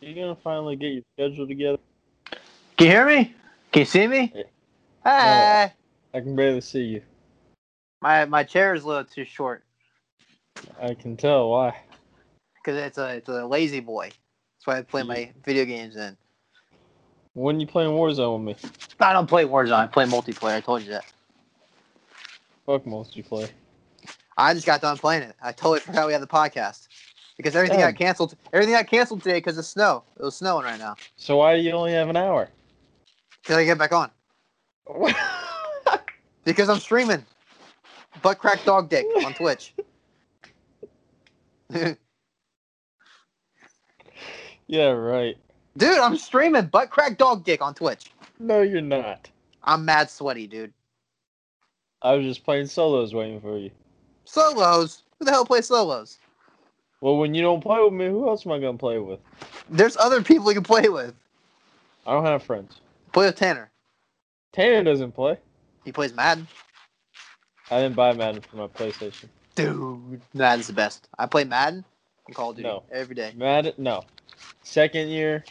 You're gonna finally get your schedule together. Can you hear me? Can you see me? Yeah. Hi. I can barely see you. My my chair is a little too short I can tell why. because it's a it's a lazy boy. That's why I play my video games in. When you playing Warzone with me? I don't play Warzone. I play multiplayer. I told you that. Fuck multiplayer. I just got done playing it. I totally forgot we had the podcast because everything Damn. got canceled. Everything got canceled today because of snow. It was snowing right now. So why do you only have an hour? Till I get back on because I'm streaming. Butt crack dog dick on Twitch. Dude, yeah, right. I'm streaming butt crack dog dick on Twitch. No, you're not. I'm mad sweaty, dude. I was just playing solos waiting for you. Solos. Who the hell plays solos? Well, when you don't play with me, who else am I gonna play with? There's other people you can play with. I don't have friends. Play with Tanner. Tanner doesn't play. He plays Madden. I didn't buy Madden for my PlayStation. Dude, Madden's the best. I play Madden and Call of Duty No. every day. Madden, no. Second year,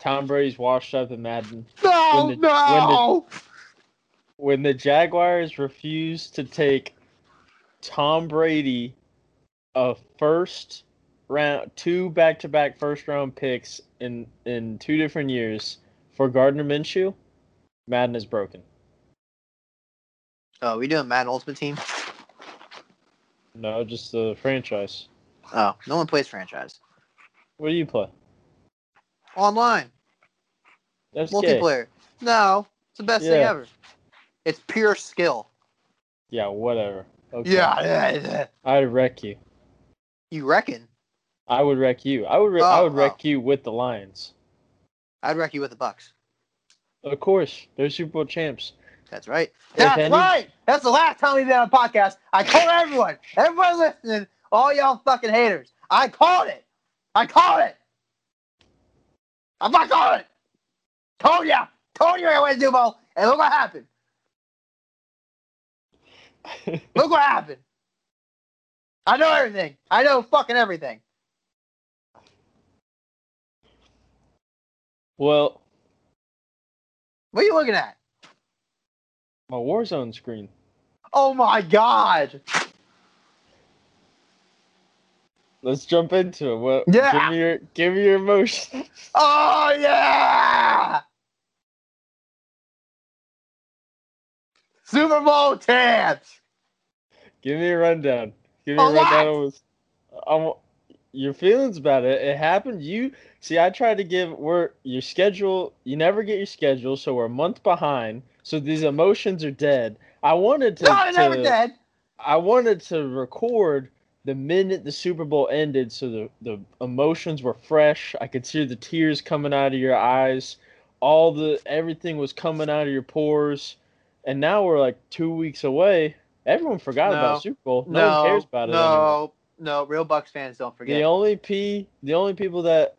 Tom Brady's washed up in Madden. No, When did- no. when the Jaguars refused to take Tom Brady a first round two back to back first round picks in in two different years for Gardner Minshew, Madden is broken. Oh, we doing Madden Ultimate Team? No, just the franchise. Oh, no one plays franchise. What do you play? Online, That's gay. multiplayer. No, it's the best thing Yeah. ever. It's pure skill. Yeah, whatever. Okay. Yeah, yeah, yeah. I'd wreck you. You reckon? I would wreck you. I would. Re- I Oh, would wreck oh. you with the Lions. I'd wreck you with the Bucks. Of course, they're Super Bowl champs. That's right. If That's any- right. That's the last time we've been on a podcast. I told everyone, everyone listening, all y'all fucking haters. I called it. I called it. I fucking called it. Told ya. Told you I went to Dubo, and look what happened. Look what happened. I know everything. I know fucking everything. well, What are you looking at? my Warzone screen. Oh my god. Let's jump into it. Well, Yeah. Give me your give me your emotions. Oh yeah! Super Bowl champs. give me a rundown. Give me A a rundown. lot. on what's- on wh- your feelings about it. It happened. You see, I tried to give we're your schedule. You never get your schedule, so we're a month behind. So these emotions are dead. I wanted to. No, they're never to- dead. I wanted to record the minute the Super Bowl ended, so the the emotions were fresh. I could see the tears coming out of your eyes. All the everything was coming out of your pores, and now we're like two weeks away. Everyone forgot No. about Super Bowl. No, no, one cares about it. anymore. no, no. Real Bucks fans don't forget. The only p the only people that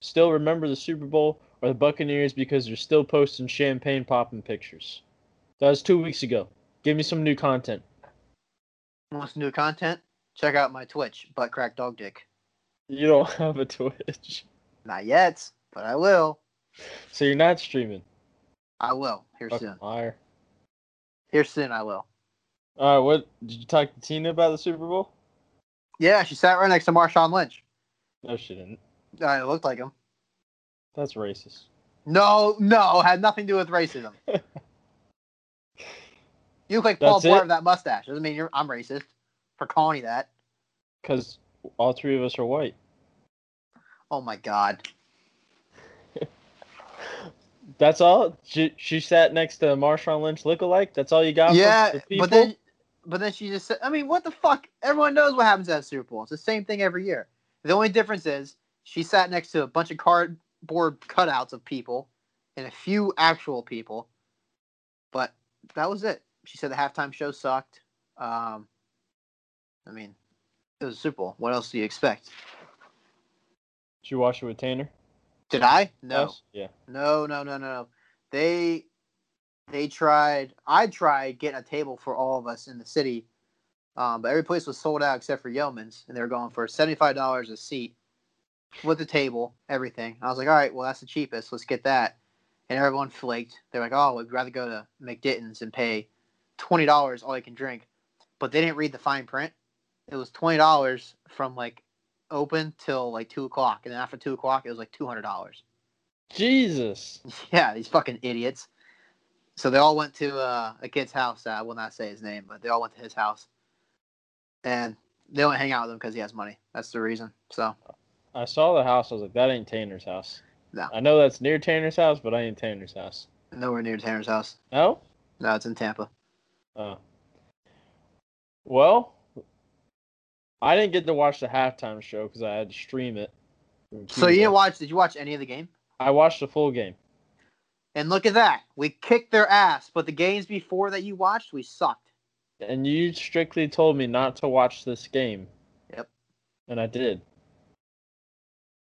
still remember the Super Bowl are the Buccaneers because they're still posting champagne popping pictures. That was two weeks ago. Give me some new content. Want some new content? Check out my Twitch, butt crack dog dick. You don't have a Twitch. Not yet, but I will. So you're not streaming. I will here Fucking soon. liar. Here soon, I will. All right, what did you talk to Tina about the Super Bowl? Yeah, she sat right next to Marshawn Lynch. No, she didn't. Uh, it looked like him. That's racist. No, no, had nothing to do with racism. you look like Paul That's Blart it? with that mustache. Doesn't mean you're, I'm racist for calling you that. Because all three of us are white. Oh my god. That's all. She, she sat next to Marshawn Lynch lookalike. That's all you got. yeah, from the people? but then, but then she just said, I mean, what the fuck? Everyone knows what happens at the Super Bowl. It's the same thing every year. The only difference is she sat next to a bunch of cardboard cutouts of people and a few actual people. But that was it. She said the halftime show sucked. Um, I mean, it was a Super Bowl. What else do you expect? Did you watch it with Tanner? Did I? No. Us? Yeah. No, no, no, no, no. They they tried. I tried getting a table for all of us in the city, um, but every place was sold out except for Yeoman's, and they were going for seventy five dollars a seat. with the table, everything. I was like, all right, well, that's the cheapest. Let's get that. And everyone flaked. They're like, oh, we'd rather go to McDitton's and pay twenty dollars all they can drink. But they didn't read the fine print. It was twenty dollars from like open till like two o'clock, and then after two o'clock, it was like two hundred dollars. Jesus. Yeah, these fucking idiots. So they all went to uh, a kid's house. I will not say his name, but they all went to his house, and they don't hang out with him because he has money. That's the reason. So I saw the house. I was like, that ain't Tanner's house. No. I know that's near Tanner's house, but I ain't Tanner's house. nowhere near Tanner's house. No? No, it's in Tampa. Oh. Well, I didn't get to watch the halftime show because I had to stream it. So you didn't watch? Did you watch any of the game? I watched the full game. And look at that. We kicked their ass, but the games before that you watched, we sucked. And you strictly told me not to watch this game. Yep. And I did.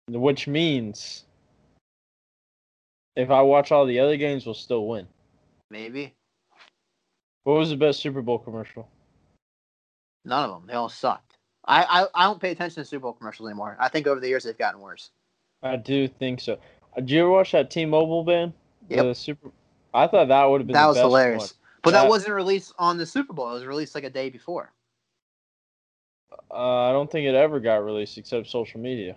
Which means if I watch all the other games, we'll still win. Maybe. What was the best Super Bowl commercial? None of them. They all sucked. I, I, I don't pay attention to Super Bowl commercials anymore. I think over the years they've gotten worse. I do think so. Uh, Did you ever watch that T-Mobile band? Yep. The Super. I thought that would have been That the was best hilarious. But that That- wasn't released on the Super Bowl. It was released like a day before. one. Uh, I don't think it ever got released except social media.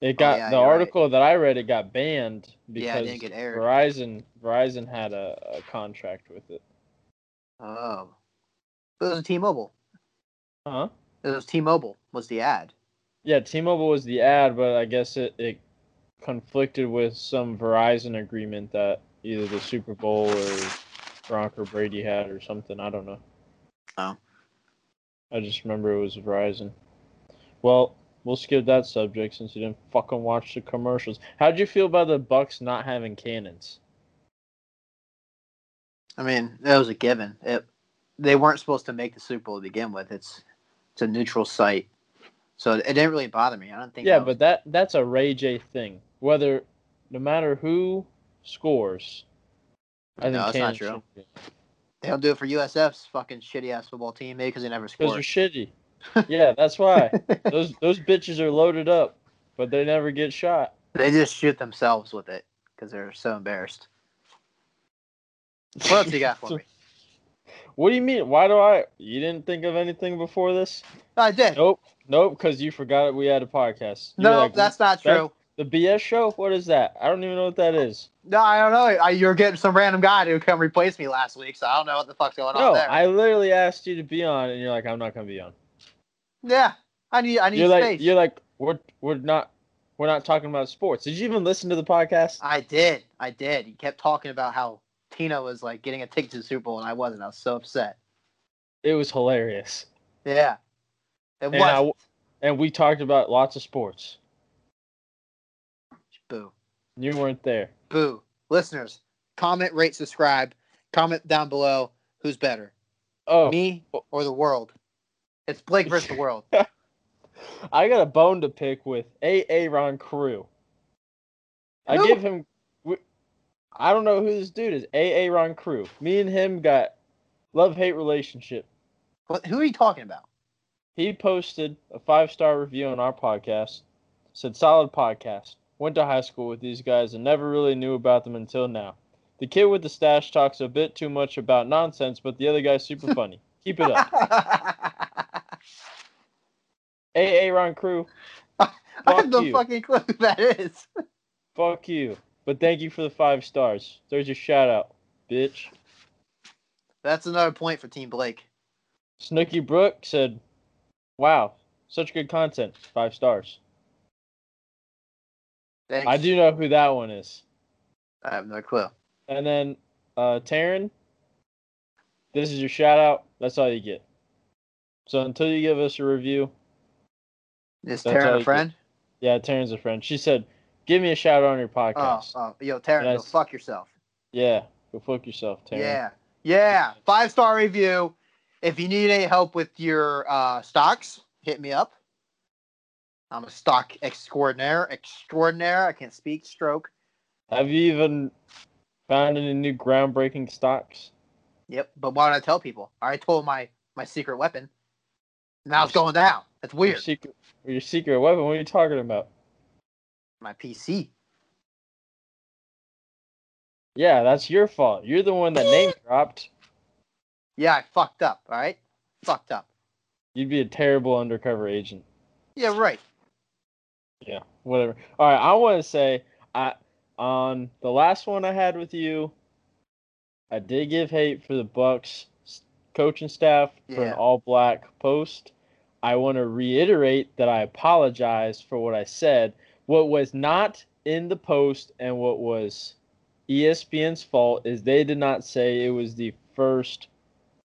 It got Oh, yeah, the you're right. article that I read. It got banned Yeah, it because didn't get aired. Verizon Verizon had a, a contract with it. Oh. But it was T-Mobile. Huh? It was T-Mobile was the ad. Yeah, T-Mobile was the ad, but I guess it, it conflicted with some Verizon agreement that either the Super Bowl or Gronk or Brady had or something. I don't know. Oh. I just remember it was Verizon. Well, we'll skip that subject since you didn't fucking watch the commercials. How'd you feel about the Bucks not having cannons? I mean, that was a given. It, they weren't supposed to make the Super Bowl to begin with. It's it's a neutral site. So it didn't really bother me. I don't think Yeah, that was- but that that's a Ray J thing. Whether no matter who scores, I think No, that's not cannons true. should be- They don't do it for USF's fucking shitty ass football team, maybe because they never Because score. they're shitty. Yeah, that's why. those those bitches are loaded up, but they never get shot. they just shoot themselves with it because they're so embarrassed. What else you got for me? What do you mean? Why do I? You didn't think of anything before this? I did. Nope, nope. Because you forgot we had a podcast. You were no, like, that's not that- true. the BS show. What is that? I don't even know what that is. No, I don't know. I, you're getting some random guy to come replace me last week, so I don't know what the fuck's going No, on there. I literally asked you to be on, and you're like, I'm not gonna be on. yeah, I need I need You're space. like, you're like, we're we're not we're not talking about sports. Did you even listen to the podcast? I did. I did. He kept talking about how Tina was like getting a ticket to the Super Bowl and I wasn't. I was so upset. It was hilarious, Yeah. It And I was w- and we talked about lots of sports. boo. You weren't there. Boo. Listeners, comment, rate, subscribe. Comment down below who's better. Oh, Me or the world. It's Blake versus the world. I got a bone to pick with Aaron Crew. I Who? give him. we- I don't know who this dude is. Aaron Crew. Me and him got love hate relationship. What, who are you talking about? He posted a five star review on our podcast. Said solid podcast. Went to high school with these guys and never really knew about them until now. The kid with the stash talks a bit too much about nonsense, but the other guy's super funny. Keep it up. I Aaron Crew. Fuck have no you. fucking clue who that is. Fuck you. But thank you for the five stars. There's your shout out, bitch. That's another point for Team Blake. Snooky Brook said, Wow, such good content. Five stars. Thanks. I do know who that one is. I have no clue. And then uh Taryn, this is your shout out. That's all you get. So until you give us a review, Is That's all Taryn you a friend? yeah, Taryn's a friend. She said, Give me a shout out on your Oh, podcast. oh, yo, Taryn, go Yes. fuck yourself. Yeah, go fuck yourself, Taryn. Yeah. Yeah. Five star review. If you need any help with your uh, stocks, hit me up. I'm a stock extraordinaire. Extraordinaire. I can't speak. Stroke. Have you even found any new groundbreaking stocks? Yep. But why don't I tell people? I already told my my secret weapon. Now it's going down. That's Your weird. secret, your secret weapon. What are you talking about? My PC. Yeah, that's your fault. You're the one that name dropped. Yeah, I fucked up. All right, fucked up. You'd be a terrible undercover agent. Yeah, right. Yeah, whatever. All right, I want to say I on the last one I had with you, I did give hate for the Bucks s- coaching staff for an Yeah. all black post. I want to reiterate that I apologize for what I said. What was not in the post and what was E ESPN's fault is they did not say it was the first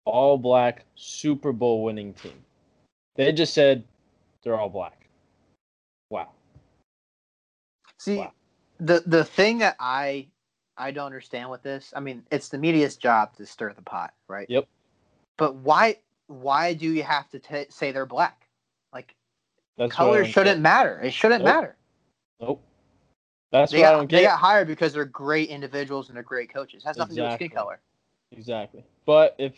all black Super Bowl winning team. They just said they're all black. Wow. See, Wow. the the thing that I I don't understand with this, I mean, it's the media's job to stir the pot, right? Yep. But why why do you have to t- say they're black? Like That's what I color don't shouldn't get. matter. It shouldn't Nope. matter. Nope. That's they what got, I don't they get. got hired because they're great individuals and they're great coaches. It has nothing to do with skin Exactly. color. Exactly. But if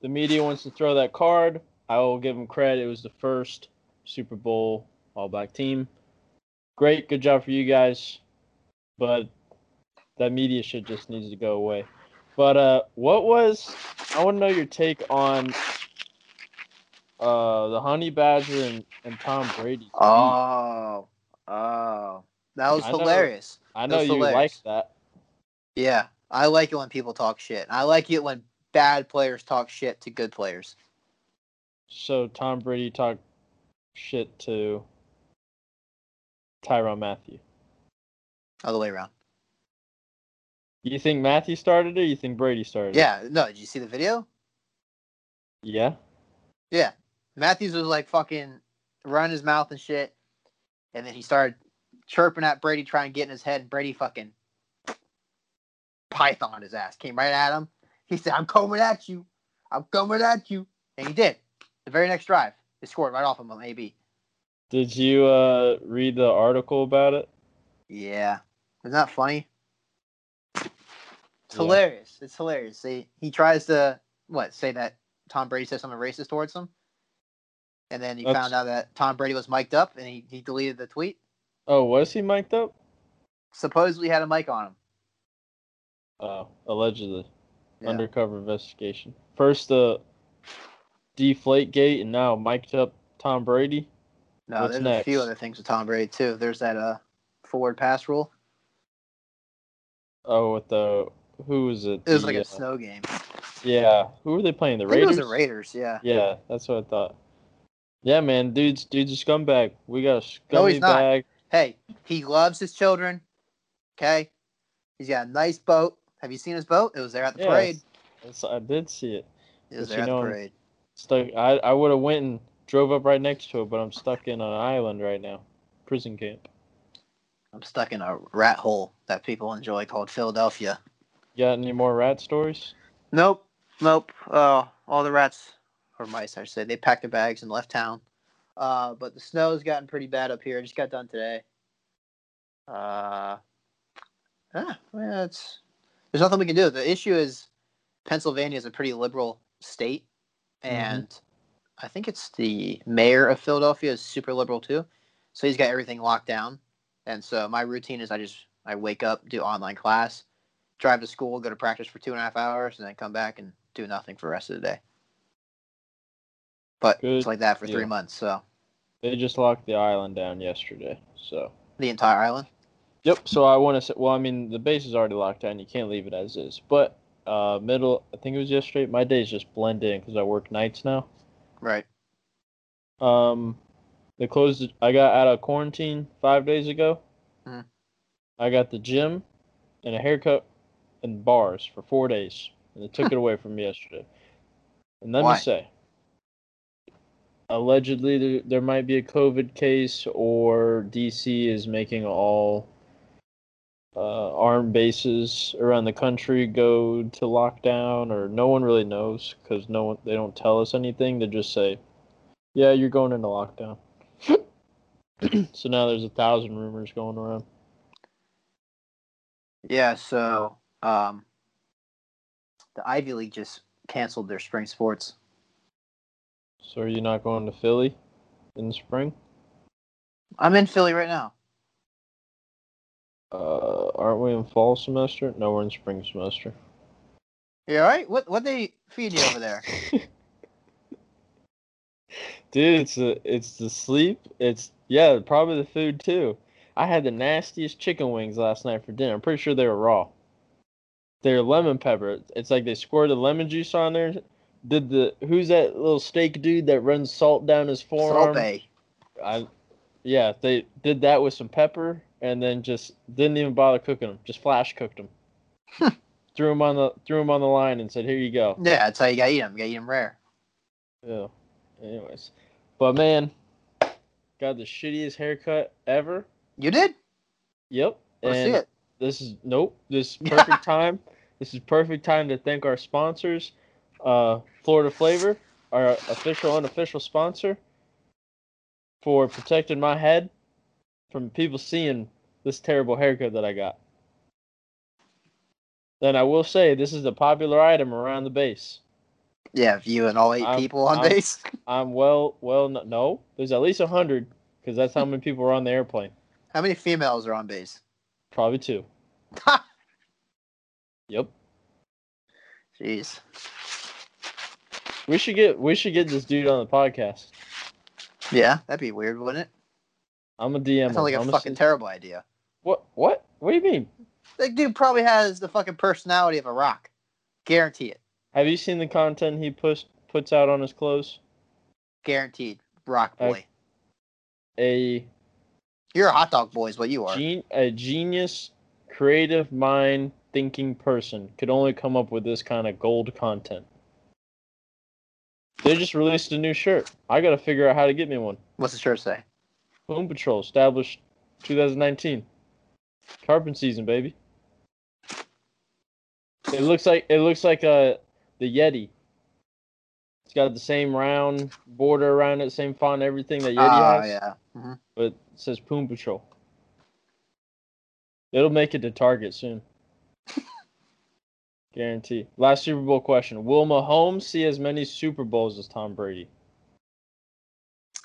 the media wants to throw that card, I will give them credit. It was the first Super Bowl all black team. Great. Good job for you guys. But that media shit just needs to go away. But uh, what was, I want to know your take on uh, the Honey Badger and, and Tom Brady. Oh, oh, that was Mm. I know. hilarious. I know that's you like hilarious. that. Yeah, I like it when people talk shit. I like it when bad players talk shit to good players. So Tom Brady talked shit to Tyron Matthew. Other way around. You think Matthew started it? Or you think Brady started it? Yeah, no, did you see the video? Yeah. Yeah. Matthews was like fucking running his mouth and shit. And then he started chirping at Brady, trying to get in his head. And Brady fucking python his ass. Came right at him. He said, I'm coming at you. I'm coming at you. And he did. The very next drive, they scored right off him on AB. Did you uh, read the article about it? Yeah. Isn't that funny? It's Yeah. hilarious. It's hilarious. They, he tries to, what, say that Tom Brady said something racist towards him? And then he That's- found out that Tom Brady was mic'd up and he, he deleted the tweet. Oh, was he mic'd up? supposedly had a mic on him. Oh, allegedly. Yeah. Undercover investigation. First the deflate gate and now mic'd up Tom Brady. No, What's there's next? a few other things with Tom Brady too. There's that uh forward pass rule. Oh, with the who was it? It was The, like uh, a snow game. yeah. Who were they playing? The I think it Raiders? was the Raiders. Yeah. Yeah, that's what I thought. Yeah, man, dude's dude's a scumbag. We got a scumbag. No, he's not. Hey, he loves his children. Okay, he's got a nice boat. Have you seen his boat? It was there at the Yeah, parade. It's- I did see it. It was but there you at know, the parade. Stuck. I I would have went and drove up right next to it, but I'm stuck in an island right now, prison camp. I'm stuck in a rat hole that people enjoy called Philadelphia. You got any more rat stories? Nope, nope. Uh, all the rats or mice, I should say, they packed their bags and left town. Uh, but the snow's gotten pretty bad up here. It just got done today. Uh, ah, well, it's there's nothing we can do. The issue is Pennsylvania is a pretty liberal state, and I think it's the mayor of Philadelphia is super liberal too. So he's got everything locked down. And so my routine is I just I wake up, do online class, drive to school, go to practice for two and a half hours, and then come back and do nothing for the rest of the day. But Good it's like that for deal. three months. So They just locked the island down yesterday, so. the entire island. Yep. So I want to say, well, I mean, the base is already locked down. You can't leave it as is. But uh, middle, I think it was yesterday. My days just blend in because I work nights now. Right. Um, they closed. it- I got out of quarantine five days ago. Mhm. I got the gym, and a haircut, and bars for four days, and they took it away from me yesterday. And let Why? me say, allegedly there, there might be a COVID case, or DC is making all uh, armed bases around the country go to lockdown, or no one really knows because no one they don't tell us anything. They just say yeah, you're going into lockdown. so now there's a thousand rumors going around. Yeah, so um the Ivy League just canceled their spring sports. So are you not going to Philly in the spring? I'm in Philly right now. Uh, aren't we in fall semester? No, we're in spring semester. You all right? What what they feed you over there? Dude, it's the it's the sleep. It's yeah, probably the food too. I had the nastiest chicken wings last night for dinner. I'm pretty sure they were raw. They're lemon pepper. It's like they squirted lemon juice on there. Did the who's that little steak dude that runs salt down his forearm? Salt Bay. I, yeah, they did that with some pepper and then just didn't even bother cooking them. Just flash cooked them. threw them on the threw 'em on the line and said, "Here you go." Yeah, that's how you gotta eat them. You gotta eat them rare. Mm. Yeah. Anyways, but man, got the shittiest haircut ever. You did? Yep. Let's and see it. this is nope. This is perfect time. This is perfect time to thank our sponsors, uh, Florida Flavor, our official unofficial sponsor, for protecting my head from people seeing this terrible haircut that I got. Then I will say this is a popular item around the base. Yeah, if you and all 8 I'm- people on I'm- base. I'm well, well, no, no there's at least a hundred because that's how many people were on the airplane. How many females are on base? Probably two. Yep. Jeez. We should get we should get this dude on the podcast. Yeah, that'd be weird, wouldn't it? I'm a DM. That sounds like him. a I'm fucking s- terrible idea. what? What? What do you mean? That dude probably has the fucking personality of a rock. Guarantee it. Have you seen the content he puts puts out on his clothes? Guaranteed. Rock Uh, boy. A You're a hot dog boy is what you are. gen- a genius, creative mind, thinking person could only come up with this kind of gold content. They just released a new shirt. I gotta figure out how to get me one. What's the shirt say? Boom Patrol established 2019. Tarpon season, baby. It looks like it looks like uh the Yeti. It's got the same round border around it, same font, everything that Yeti Ah, has, yeah. Mhm. but it says Poom Patrol. It'll make it to Target soon. Guarantee. Last Super Bowl question: Will Mahomes see as many Super Bowls as Tom Brady?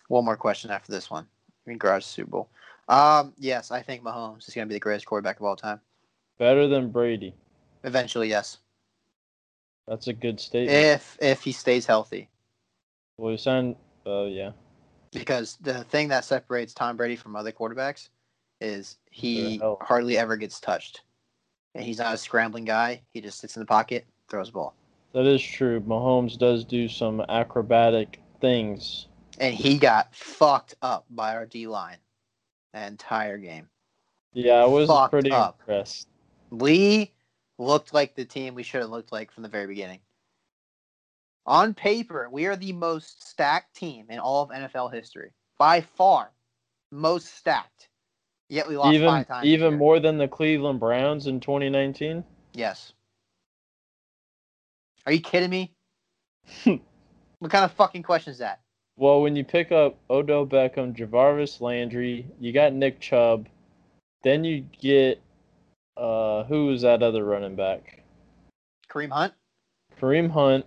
One more question after this one. I mean, garage Super Bowl. Um, yes, I think Mahomes is going to be the greatest quarterback of all time. Better than Brady. Eventually, yes. That's a good statement. If if he stays healthy, Well, you sound. Oh yeah. because the thing that separates Tom Brady from other quarterbacks is he Their health. hardly ever gets touched, and he's not a scrambling guy. He just sits in the pocket, throws the ball, That is true. Mahomes does do some acrobatic things. and he got fucked up by our D line the entire game. Yeah, I was Fucked pretty up. impressed. We looked like the team we should have looked like from the very beginning. On paper, we are the most stacked team in all of NFL history. By far, most stacked. Yet we lost Even five times. this even year. more than the Cleveland Browns in 2019. Yes. Are you kidding me? what kind of fucking question is that? Well, when you pick up Odell Beckham, Javarvis Landry, you got Nick Chubb, then you get uh who was that other running back? Kareem Hunt? Kareem Hunt.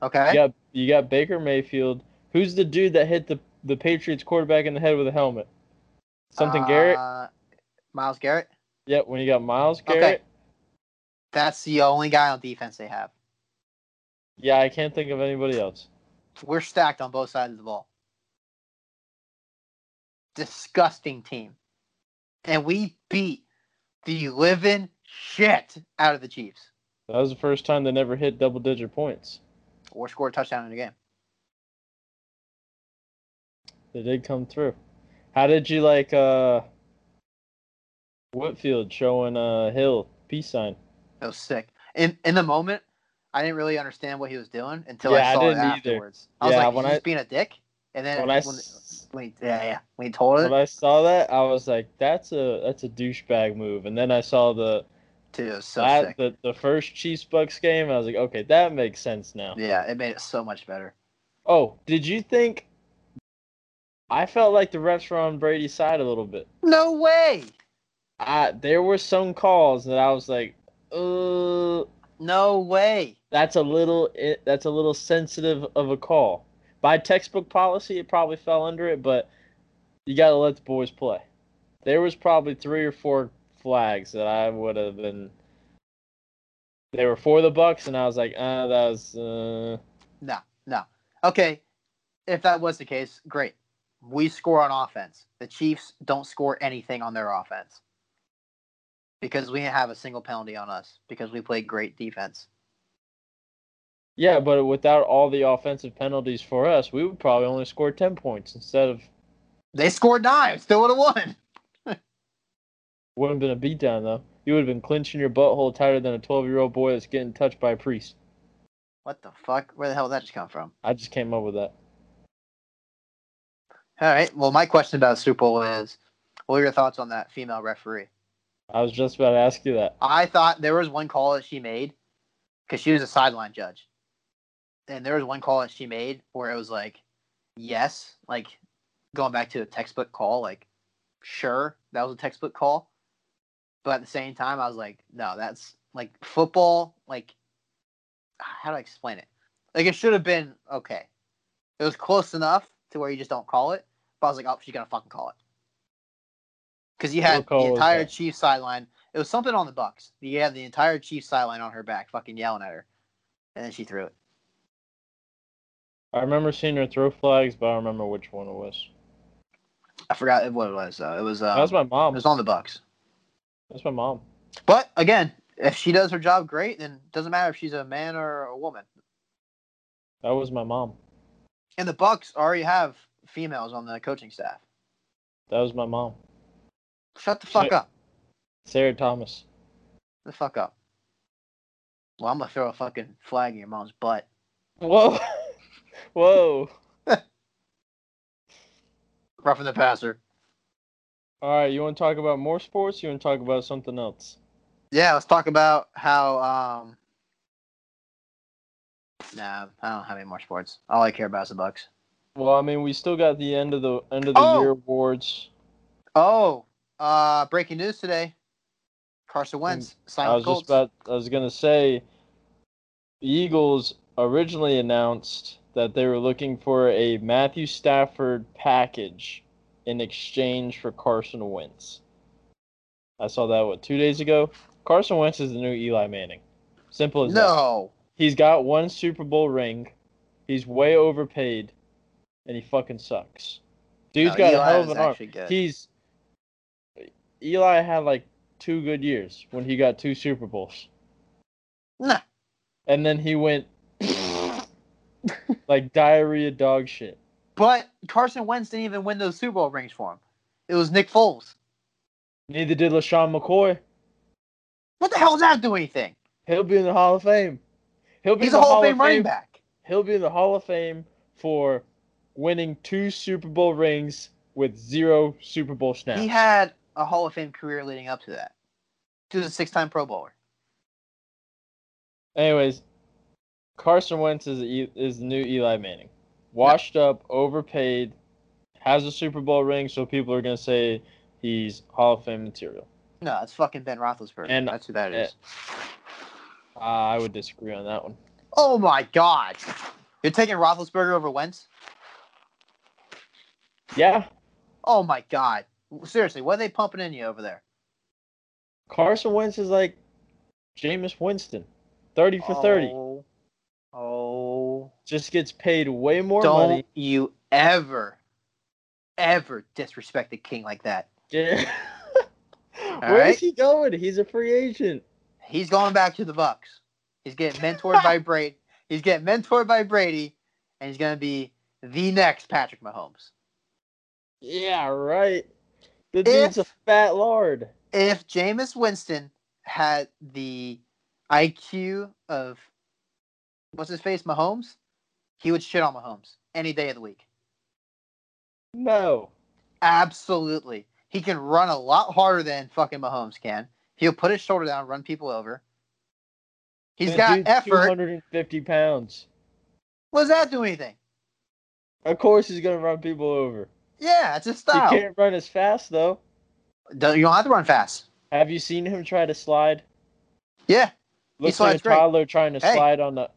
Okay. You got you got Baker Mayfield. Who's the dude that hit the the Patriots quarterback in the head with a helmet? Something Garrett. Uh, Miles Garrett? Yep, when you got Miles Okay. Garrett. That's the only guy on defense they have. Yeah, I can't think of anybody else. We're stacked on both sides of the ball. Disgusting team. And we beat the living shit out of the Chiefs That was the first time they never hit double digit points. or scored a touchdown in a game. They did come through. How did you like uh Whitfield showing uh Hill peace sign? It was sick. In in the moment, I didn't really understand what he was doing until Yeah, I I saw it didn't either. afterwards. I was Yeah, like, when he's I- being a dick. And then When when, I s- when he, yeah, yeah, when he told it, when I saw that, I was like, that's a that's a douchebag move. And then I saw the dude, it was so that- sick. the, the first Chiefs Bucks game, and I was like, okay, that makes sense now. Yeah, it made it so much better. Oh, did you think? I felt like the refs were on Brady's side a little bit. No way. I there were some calls that I was like, uh. No way. eh, that's a little it, that's a little sensitive of a call by textbook policy, it probably fell under it, but you got to let the boys play. There was probably three or four flags that I would have been. They were for the Bucks, and I was like, uh, that was. Uh... No, no. Okay, if that was the case, great. We score on offense. The Chiefs don't score anything on their offense because we didn't have a single penalty on us because we played great defense. Yeah, but without all the offensive penalties for us, we would probably only score 10 points instead of. They scored nine. Still would have won. Wouldn't have been a beatdown, though. You would have been clinching your butthole tighter than a 12 year old boy that's getting touched by a priest. What the fuck? Where the hell did that just come from? I just came up with that. All right. Well, my question about Super Bowl is what are your thoughts on that female referee? I was just about to ask you that. I thought there was one call that she made because she was a sideline judge. And there was one call that she made where it was like, yes, like going back to a textbook call, like, sure, that was a textbook call. But at the same time, I was like, no, that's like football. Like, how do I explain it? Like, it should have been okay. It was close enough to where you just don't call it. But I was like, oh, she's going to fucking call it because you had What call the was entire that? Chiefs sideline. It was something on the Bucks. You had the entire Chiefs sideline on her back, fucking yelling at her, and then she threw it. I remember seeing her throw flags, but I don't remember which one it was. I forgot what it was though. It was uh, that was my it mom. was on the Bucks. That's my mom. But again, if she does her job great, then it doesn't matter if she's a man or a woman. That was my mom. And the Bucks already have females on the coaching staff. That was my mom. Shut the fuck Shit. up. Sarah Thomas. The fuck up. Well, I'm gonna throw a fucking flag in your mom's butt. Whoa. Whoa. Roughing the passer. All right, you want to talk about more sports? You want to talk about something else? Yeah, let's talk about how. um Nah, I don't have any more sports. All I care about is the Bucks. Well, I mean, we still got the end of the end of the Oh! year awards. Oh, uh breaking news today: Carson Wentz signed Hmm. I was with the Colts. just about I was gonna say the Eagles originally announced that they were looking for a Matthew Stafford package in exchange for Carson Wentz. I saw that what two days ago? Carson Wentz is the new Eli Manning. Simple as that. no, He's got one Super Bowl ring. He's way overpaid, and he fucking sucks. Dude's no, got Eli a hell of was an arm. actually good. He's Eli had like two good years when he got two Super Bowls, Nah, and then he went like diarrhea dog shit. but Carson Wentz didn't even win those Super Bowl rings for him. It was Nick Foles. Neither did LaShawn McCoy. What the hell does that do anything? He'll be in the Hall of Fame. He'll be He's in the a Hall of Fame running back. He'll be in the Hall of Fame for winning two Super Bowl rings with zero Super Bowl snaps. He had a Hall of Fame career leading up to that. He was a six-time Pro Bowler. Anyways, Carson Wentz is E- is the new Eli Manning, washed up, overpaid, has a Super Bowl ring, so people are gonna say he's Hall of Fame material. No, it's fucking Ben Roethlisberger. And- That's who that eh. is. Uh, I would disagree on that one. Oh my god! You're taking Roethlisberger over Wentz? Yeah, Oh my god! Seriously, what are they pumping in you over there? Carson Wentz is like Jameis Winston, thirty for thirty, Oh, oh! just gets paid way more Don't money. you ever, ever disrespect the king like that? Where is right. he going? He's a free agent. He's going back to the Bucks. He's getting mentored by Brady. He's getting mentored by Brady, and he's gonna be the next Patrick Mahomes. Yeah, right. The dude's a fat lard. if Jameis Winston had the IQ of what's his face, Mahomes, he would shit on Mahomes any day of the week. No. Absolutely. He can run a lot harder than fucking Mahomes can. He'll put his shoulder down, run people over. He's The got dude's effort. 250 pounds. What does that do anything? Of course, he's gonna run people over. Yeah, it's his He style. can't run as fast though. Don't- You don't have to run fast. Have you seen him try to slide? Yeah, Looks like slides a great. toddler trying to Hey. slide on the.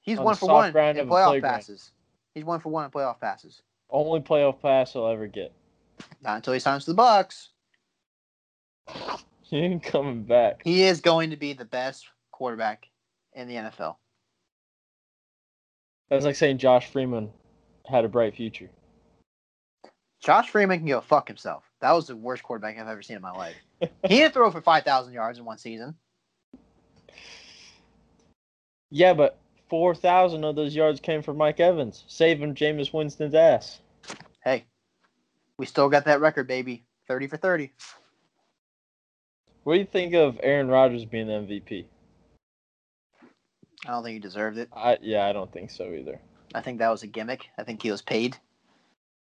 he's On one the for soft one ground in of a playoff playground. passes. He's one for one in playoff passes. Only playoff pass I'll ever get. Not until he signs to the Bucks. He ain't coming back. He is going to be the best quarterback in the NFL. That's like saying Josh Freeman had a bright future. Josh Freeman can go fuck himself. That was the worst quarterback I've ever seen in my life. he didn't throw for five thousand yards in one season. Yeah, but four thousand of those yards came from Mike Evans, saving Jameis Winston's ass. Hey, we still got that record, baby. Thirty for thirty. What do you think of Aaron Rodgers being the MVP? I don't think he deserved it. I yeah, I don't think so either. I think that was a gimmick. I think he was paid.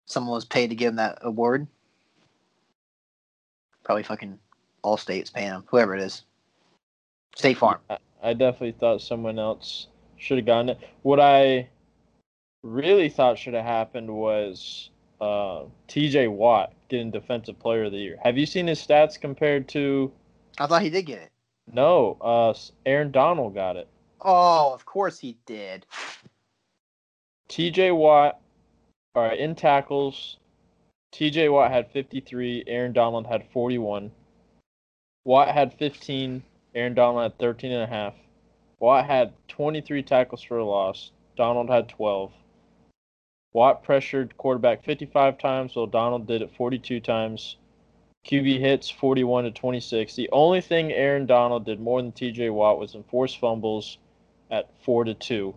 Someone was paid to give him that award. Probably fucking Allstate's paying him, whoever it is. State Farm. I, I definitely thought someone else should have gotten it. What I really thought should have happened was uh, T.J. Watt getting Defensive Player of the Year. Have you seen his stats compared to? I thought he did get it. No, uh, Aaron Donald got it. Oh, of course he did. T.J. Watt, all right, in tackles, T.J. Watt had 53. Aaron Donald had 41. Watt had 15. Aaron Donald had 13 and a half. Watt had 23 tackles for a loss. Donald had 12. Watt pressured quarterback 55 times, while Donald did it 42 times. QB hits 41 to 26. The only thing Aaron Donald did more than TJ Watt was enforce fumbles at 4 to 2.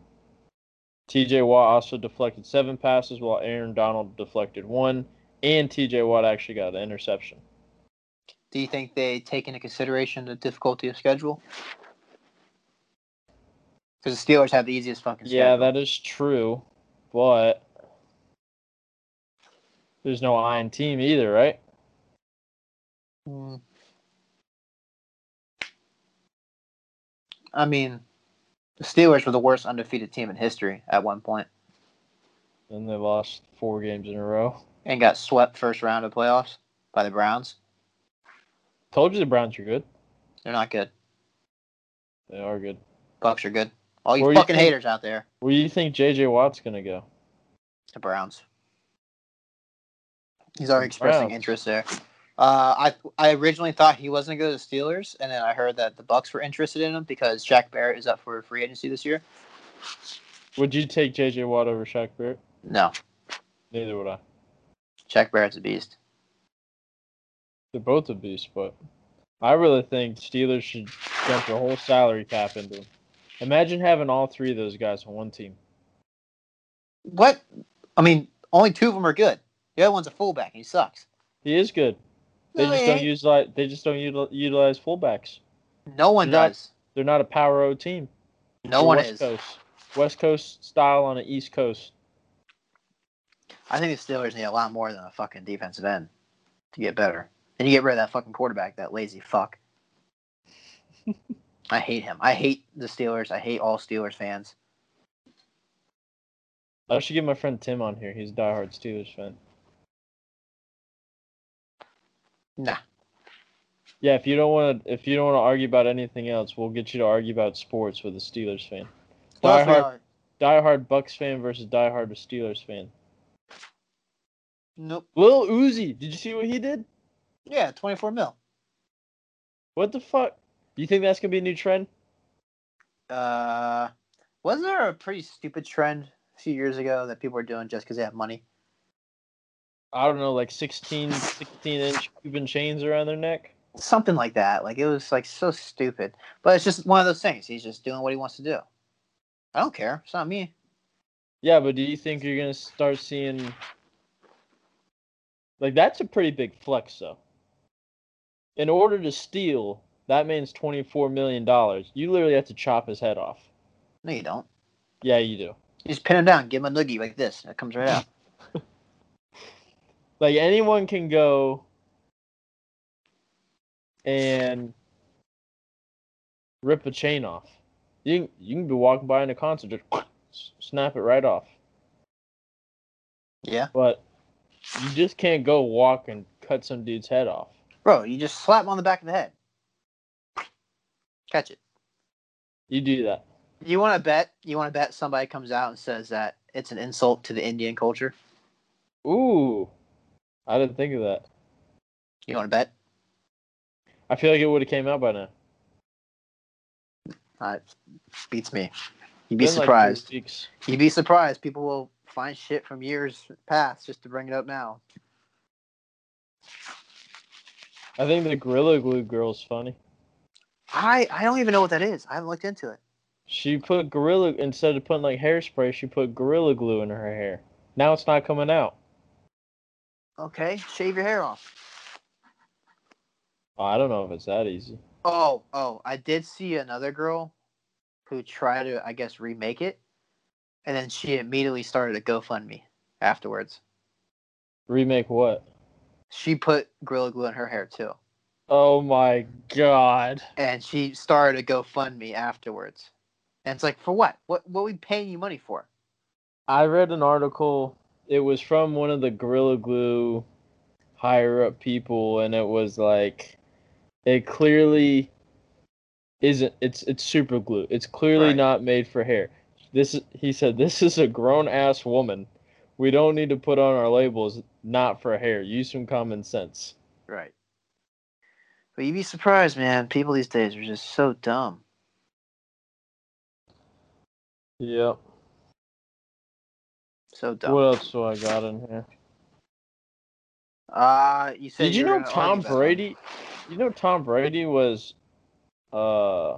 TJ Watt also deflected seven passes, while Aaron Donald deflected one, and TJ Watt actually got an interception. Do you think they take into consideration the difficulty of schedule? Because the Steelers have the easiest fucking schedule. Yeah, that is true, but there's no I in team either, right? Mm. I mean, the Steelers were the worst undefeated team in history at one point And they lost four games in a row. and got swept first round of playoffs by the Browns. Told you the Browns are good. They're not good. They are good. Bucks are good. All you Where do you fucking think- haters out there, Where do you think JJ Watt's gonna go? the Browns. He's already expressing Browns. interest there. Uh, I I originally thought he wasn't going to go to the Steelers, and then I heard that the Bucks were interested in him because Jack Barrett is up for free agency this year. Would you take JJ Watt over Shaq Barrett? No, Neither would I. Jack Barrett's a beast. They're both abuse, but I really think Steelers should dump the whole salary cap into them. Imagine having all three of those guys on one team. What? I mean, only two of them are good. The other one's a fullback, and he sucks. He is good. They No, just he don't ain't. use like they just don't util- utilize fullbacks. No one You're not- does. They're not a power O team. No They're one West is. Coast. West Coast style on the East Coast. I think the Steelers need a lot more than a fucking defensive end to get better. And you get rid of that fucking quarterback, that lazy fuck. I hate him. I hate the Steelers. I hate all Steelers fans. I should get my friend Tim on here. He's a diehard Steelers fan. Nah. Yeah, if you don't want to, if you don't want to argue about anything else, we'll get you to argue about sports with a Steelers fan. What else we Diehard- are? Diehard Bucks fan versus diehard Steelers fan. Nope. Lil Uzi, did you see what he did? Yeah, 24 mil. What the fuck? Do you think that's gonna be a new trend? Uh, wasn't there a pretty stupid trend a few years ago that people were doing just because they have money? I don't know, like 16, 16 inch Cuban chains around their neck. Something like that. Like, it was, like, so stupid. But it's just one of those things. He's just doing what he wants to do. I don't care. It's not me. Yeah, but do you think you're gonna start seeing? Like that's a pretty big flex, though. In order to steal, that man's twenty four million dollars. You literally have to chop his head off. No, you don't. Yeah, you do. You just pin him down, give him a noogie like this. and It comes right out. Like anyone can go and rip a chain off. You can, you can be walking by in a concert, just snap it right off. Yeah. But you just can't go walk and cut some dude's head off. Bro, you just slap him on the back of the head. Catch it. You do that. You want to bet? You want to bet somebody comes out and says that It's an insult to the Indian culture. Ooh, I didn't think of that. You want to bet? I feel like it would have came out by now. Uh, beats me. You'd be Been like two surprised. weeks. You'd be surprised. People will find shit from years past just to bring it up now. I think the Gorilla Glue girl's funny. I I don't even know what that is. I haven't looked into it. She put gorilla instead of putting like hairspray, she put gorilla glue in her hair. Now it's not coming out. Okay, shave your hair off. Oh, I don't know if it's that easy. Oh oh, I did see another girl who tried to I guess remake it, and then she immediately started a GoFundMe afterwards. Remake what? She put Gorilla Glue in her hair too, Oh my god. and she started a GoFundMe afterwards. And it's like for what? What what we paying you money for? I read an article. It was from one of the Gorilla Glue higher up people, and it was like, it clearly isn't. It's it's super glue. It's clearly Right. not made for hair. This is, he said. This is a grown ass woman. We don't need to put on our labels. Not for hair. Use some common sense. Right. But you'd be surprised, man. People these days are just so dumb. Yep. So dumb. What else do I got in here? uh, you said Did you know were gonna Tom argue about it. Brady? You know Tom Brady was, uh,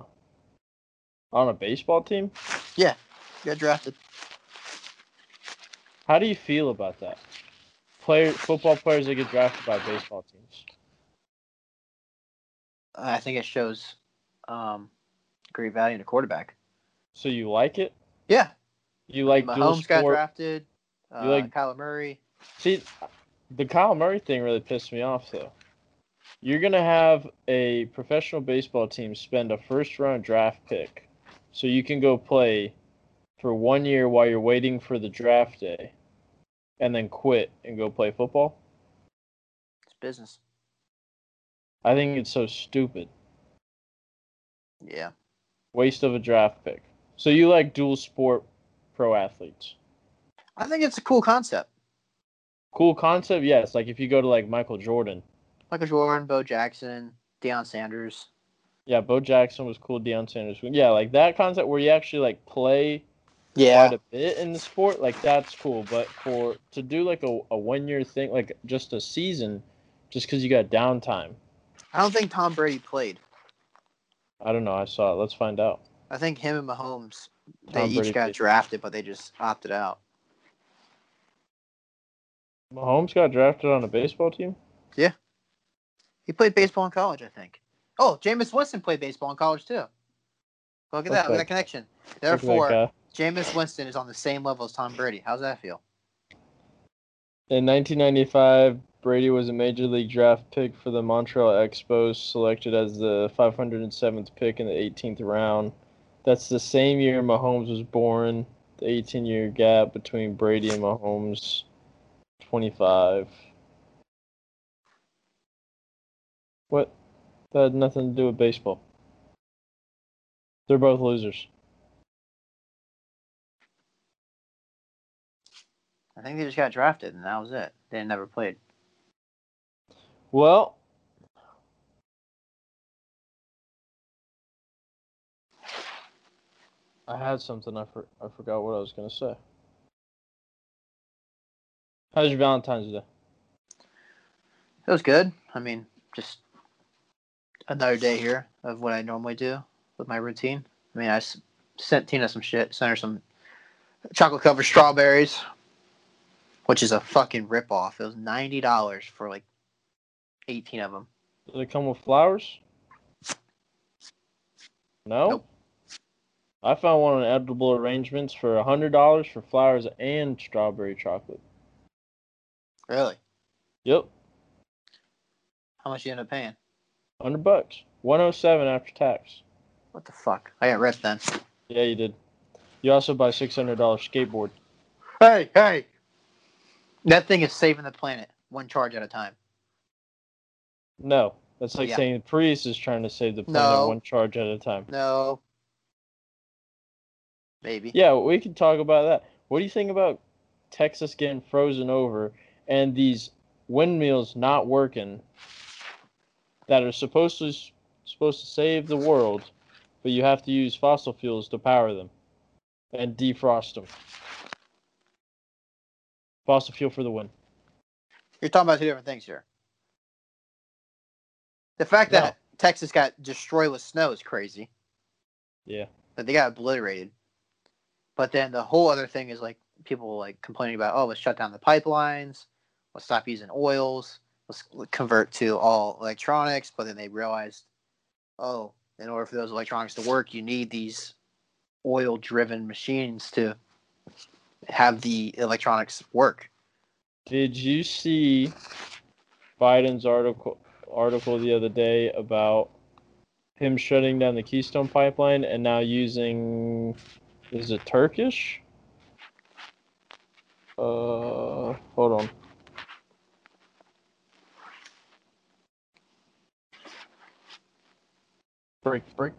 on a baseball team. Got drafted. How do you feel about that? Player, football players that get drafted by baseball teams. I think it shows um, great value in a quarterback. So you like it? Yeah, You like dual Mahomes got sport? drafted. Uh, You like- Kyler Murray. See, the Kyle Murray thing really pissed me off though. You're gonna have a professional baseball team spend a first round draft pick, so you can go play for one year while you're waiting for the draft day, and then quit and go play football. It's business. I think it's so stupid. Yeah, Waste of a draft pick. So you like dual sport pro athletes? I think it's a cool concept. cool concept yes like if you go to like michael jordan Michael Jordan, Bo Jackson, Deion Sanders. yeah bo jackson was cool Deion sanders yeah like that concept where you actually like play Yeah, quite a bit in the sport like that's cool but for to do like a, a one year thing like just a season just because you got downtime I don't think Tom Brady played. i don't know i saw it let's find out I think him and Mahomes they Tom each Brady got did. drafted, but they just opted out. mahomes got drafted on a baseball team He played baseball in college, I think. Oh, Jameis Winston played baseball in college too. Look at that. Look Okay. at that connection. Look at that Therefore, guy. Jameis Winston is on the same level as Tom Brady. How's that feel? in 1995 brady was a major league draft pick for the montreal expos selected as the 507th pick in the 18th round that's the same year mahomes was born the 18 year gap between brady and mahomes 25 what that had nothing to do with baseball they're both losers I think they just got drafted, and that was it. They never played. well I had something. I, for, I forgot what I was gonna say. How's your Valentine's Day? It was good. I mean, just another day here of what I normally do with my routine. I mean, I s- sent Tina some shit, sent her some chocolate covered strawberries, which is a fucking ripoff. It was ninety dollars for like eighteen of them. Did it come with flowers? No. Nope. I found one on edible arrangements for hundred dollars for flowers and strawberry chocolate. Really? Yep, How much you end up paying? hundred bucks, one oh seven after tax. What the fuck? I got ripped then. Yeah, you did. You also buy six hundred dollar skateboard. Hey, hey. That thing is saving the planet one charge at a time. No, that's like Oh, Yeah. saying the Prius is trying to save the planet No. one charge at a time. No. Maybe. Yeah, we can talk about that. What do you think about Texas getting frozen over and these windmills not working that are supposed to supposed to save the world, but you have to use fossil fuels to power them and defrost them. Fossil fuel for the win. You're talking about two different things here. The fact that Texas got destroyed with snow is crazy. Yeah. That they got obliterated. But then the whole other thing is like people like complaining about, oh, let's shut down the pipelines, let's stop using oils, let's convert to all electronics. But then they realized, oh, in order for those electronics to work, you need these oil driven machines to have the electronics work. Did you see Biden's article article the other day about him shutting down the Keystone pipeline and now using is it Turkish? Uh, hold on. Break, break.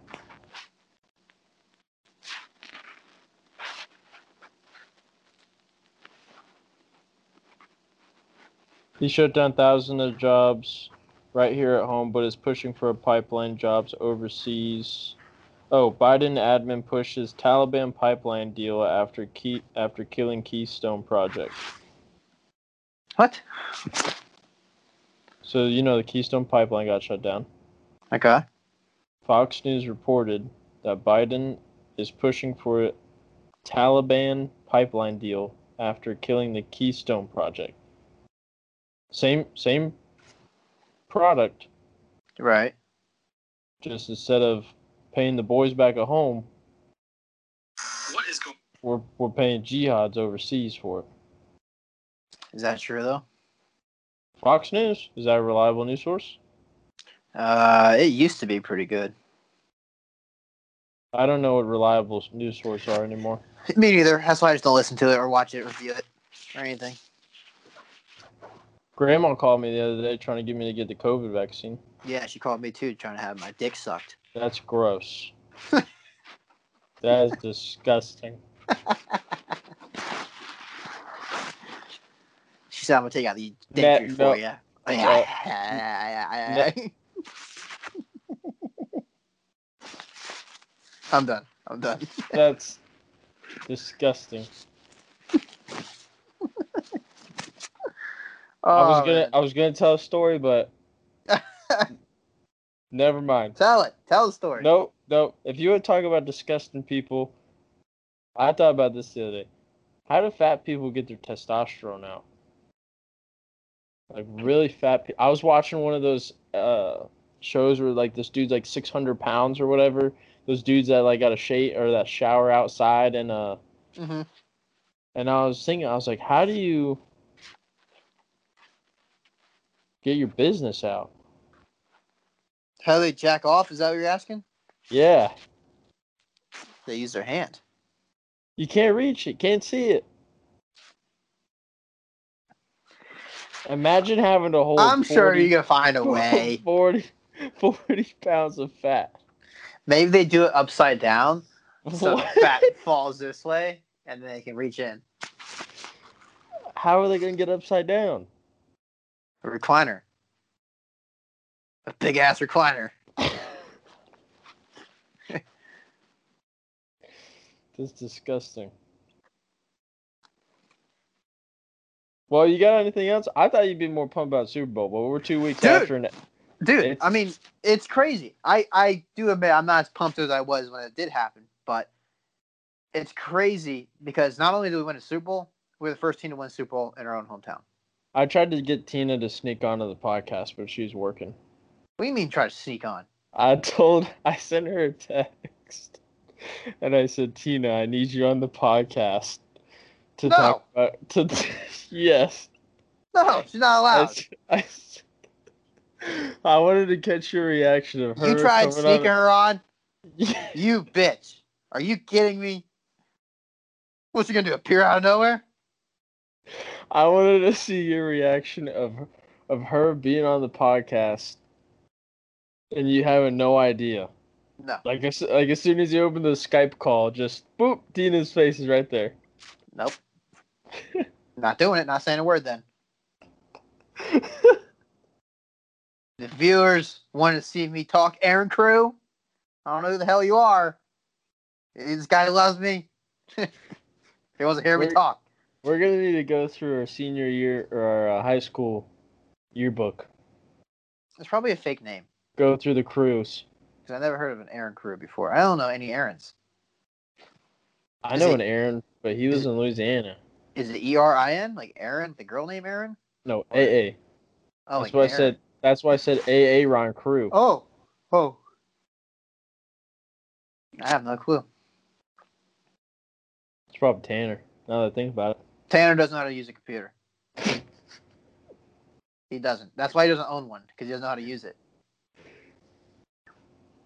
He shut down thousands of jobs right here at home, but is pushing for a pipeline jobs overseas. Oh, Biden admin pushes Taliban pipeline deal after key after killing Keystone project. What? So you know the Keystone pipeline got shut down. Okay. Fox News reported that Biden is pushing for a Taliban pipeline deal after killing the Keystone project. Same same product, Right. just instead of paying the boys back at home, What is going we're we're paying jihads overseas for it. Is that true though? Fox News is that a reliable news source? Uh, it used to be pretty good. I don't know what reliable s- news sources are anymore. Me neither. That's why I just don't listen to it or watch it, review it, or anything. Grandma called me the other day trying to get me to get the COVID vaccine. Yeah, she called me too, trying to have my dick sucked. That's gross. that is disgusting. She said, "I'm gonna take out the dick Matt, juice no. for you." I'm done. I'm done. That's disgusting. I was Oh, gonna man. I was gonna tell a story, but never mind. tell it. Tell the story. No, no. If you were talking about disgusting people, I thought about this the other day. How do fat people get their testosterone out? Like really fat people. I was watching one of those uh, shows where like this dude's like 600 pounds or whatever. Those dudes that like got a shade or that shower outside and uh hmm and I was thinking I was like, how do you get your business out? How they jack off? Is that what you're asking? Yeah, They use their hand. you can't reach it, can't see it. Imagine having to hold. I'm sure 40 you can find a way. 40, 40 pounds of fat. Maybe they do it upside down, so the What? fat falls this way, and then they can reach in. How are they gonna get upside down? A recliner. A big ass recliner. That's disgusting. Well, you got anything else? I thought you'd be more pumped about Super Bowl, but we're two weeks Dude. after. And Dude, It's- I mean, it's crazy. I, I do admit I'm not as pumped as I was when it did happen, but it's crazy because not only did we win a Super Bowl, we're the first team to win a Super Bowl in our own hometown. I tried to get Tina to sneak onto the podcast, but she's working. What do you mean try to sneak on? I told, I sent her a text, and I said, Tina, I need you on the podcast to No. talk about. To yes, No, she's not I, allowed. s- I s- I wanted to catch your reaction of her. You tried coming on- sneaking her on? You bitch. Are you kidding me? What's she gonna do? Appear out of nowhere? I wanted to see your reaction of of her being on the podcast, and you having no idea. No, Like as like as soon as you open the Skype call, just boop, Dina's face is right there. Nope. not doing it. Not saying a word then. the viewers want to see me talk Aaron Crew. I don't know who the hell you are. This guy loves me. he wants to hear me Where- talk. We're gonna need to go through our senior year or our uh, high school yearbook. It's probably a fake name Go through the crews. because I never heard of an Aaron Crew before. I don't know any Aarons. I Is know it- an Aaron, but he is- lives in Louisiana. Is it E R I N like Aaron, the girl name Aaron? No, AA. Oh, that's like why I Aaron. said. That's why I said AA Ron Crew. Oh, oh. I have no clue. It's probably Tanner. Now that I think about it. Tanner doesn't know how to use a computer. he doesn't. That's why he doesn't own one because he doesn't know how to use it.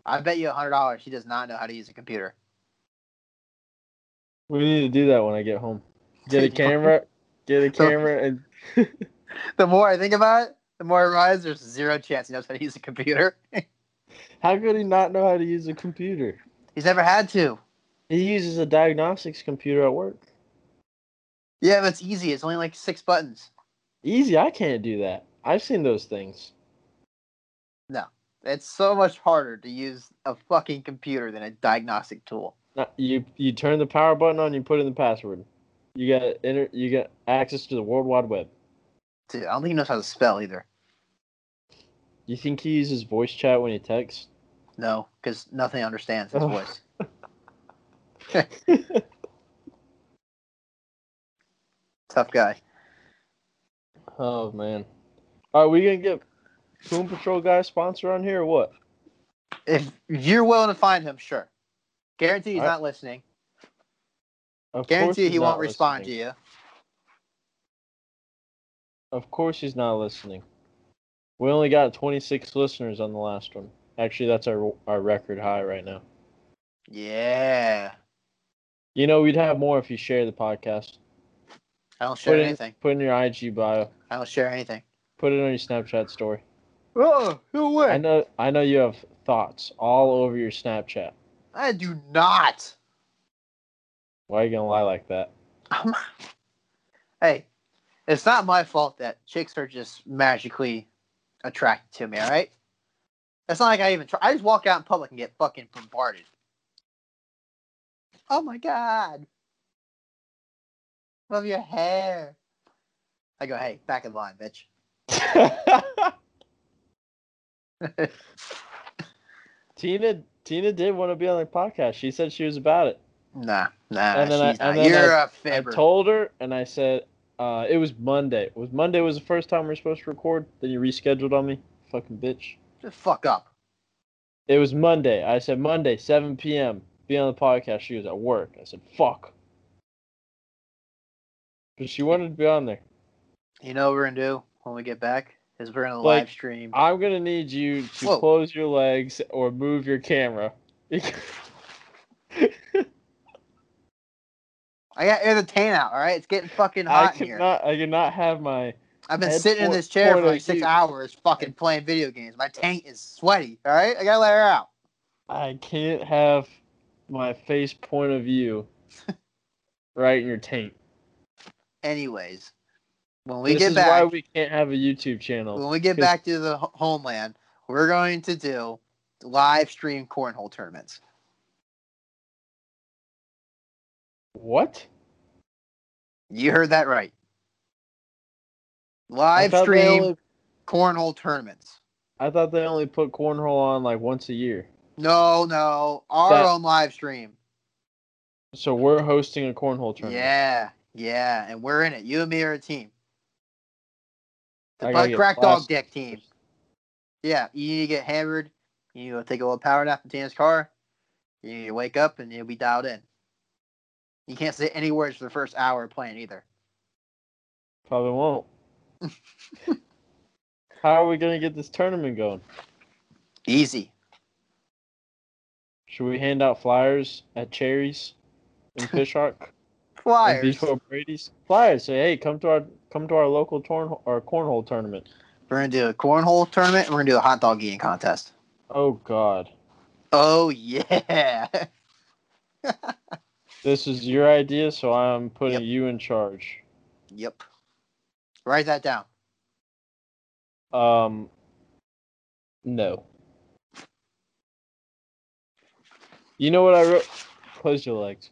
I bet you a hundred dollars he does not know how to use a computer. We need to do that when I get home. Get a Yeah. camera. Get a camera and The more I think about it, the more I realize there's zero chance he knows how to use a computer. how could he not know how to use a computer? He's never had to. He uses a diagnostics computer at work. Yeah, but it's easy. It's only like six buttons. Easy, I can't do that. I've seen those things. It's so much harder to use a fucking computer than a diagnostic tool. Not- You you turn the power button on, you put in the password. You got inter, you got access to the World Wide Web. Dude, I don't think he knows how to spell either. You think he uses voice chat when he texts? No, because nothing understands his Oh. voice. Tough guy. Oh man. Are we gonna get Boom Patrol guy sponsor on here or what? If you're willing to find him, sure. Guarantee he's Alright. not listening. Of course Guarantee he's he won't not respond listening. to you. Of course he's not listening. We only got 26 listeners on the last one. Actually, that's our our record high right now. Yeah. You know, we'd have more if you share the podcast. I don't Put share it in- anything. Put it in your IG bio. I don't share anything. Put it on your Snapchat story. Oh, no I know I know you have thoughts all over your Snapchat. I do not. Why are you gonna lie like that? I'm- hey, it's not my fault that chicks are just magically attracted to me, all right? That's not like I even try. I just walk out in public and get fucking bombarded. Oh my god. Love your hair. I go, hey, back in line, bitch. Tina Tina did want to be on the podcast. She said she was about it. Nah, nah, And then I- she's and not. then You're a I fibber. told her, and I said uh, it was Monday. Was Monday was the first time we were supposed to record? Then you rescheduled on me, fucking bitch. Just fuck up. It was Monday. I said Monday, 7 p.m. Be on the podcast. She was at work. I said fuck, but she wanted to be on there. You know what we're gonna do when we get back is we're gonna Like, live stream. I'm gonna need you to Whoa. close your legs or move your camera. I got air the tan out. All right, it's getting fucking I hot in here. cannot. I cannot have my. I've been head sitting in point- this chair for point of like six view. hours, fucking playing video games. My tank is sweaty. All right, I gotta let her out. I can't have my face point of view right in your taint. Anyways, when we this get is why back, we can't have a YouTube channel. when we get back to the ho- homeland, we're going to do live stream cornhole tournaments. What? You heard that right. Live I thought They stream only, cornhole tournaments. I thought they only put cornhole on like once a year. No, no, our That- own live stream. So we're hosting a cornhole tournament. Yeah, yeah, and we're in it. You and me are a team. The I gotta Bud get Crack Dog blasted. Deck team. Yeah, you need to get hammered. You need to take a little power nap in Tana's car. You need to wake up and you'll be dialed in. You can't say any words for the first hour of playing either. Probably won't. How are we gonna get this tournament going? Easy. Should we hand out flyers at Cherries and Fishhawk and Flyers. Before Brady's? Flyers say, hey, come to our come to our local torn our cornhole tournament. We're gonna do a cornhole tournament and we're gonna do a hot dog eating contest. Oh God. Oh yeah. This is your idea, so I'm putting you in charge. Yep. Write that down. Um, no. You know what I wrote? Close your legs.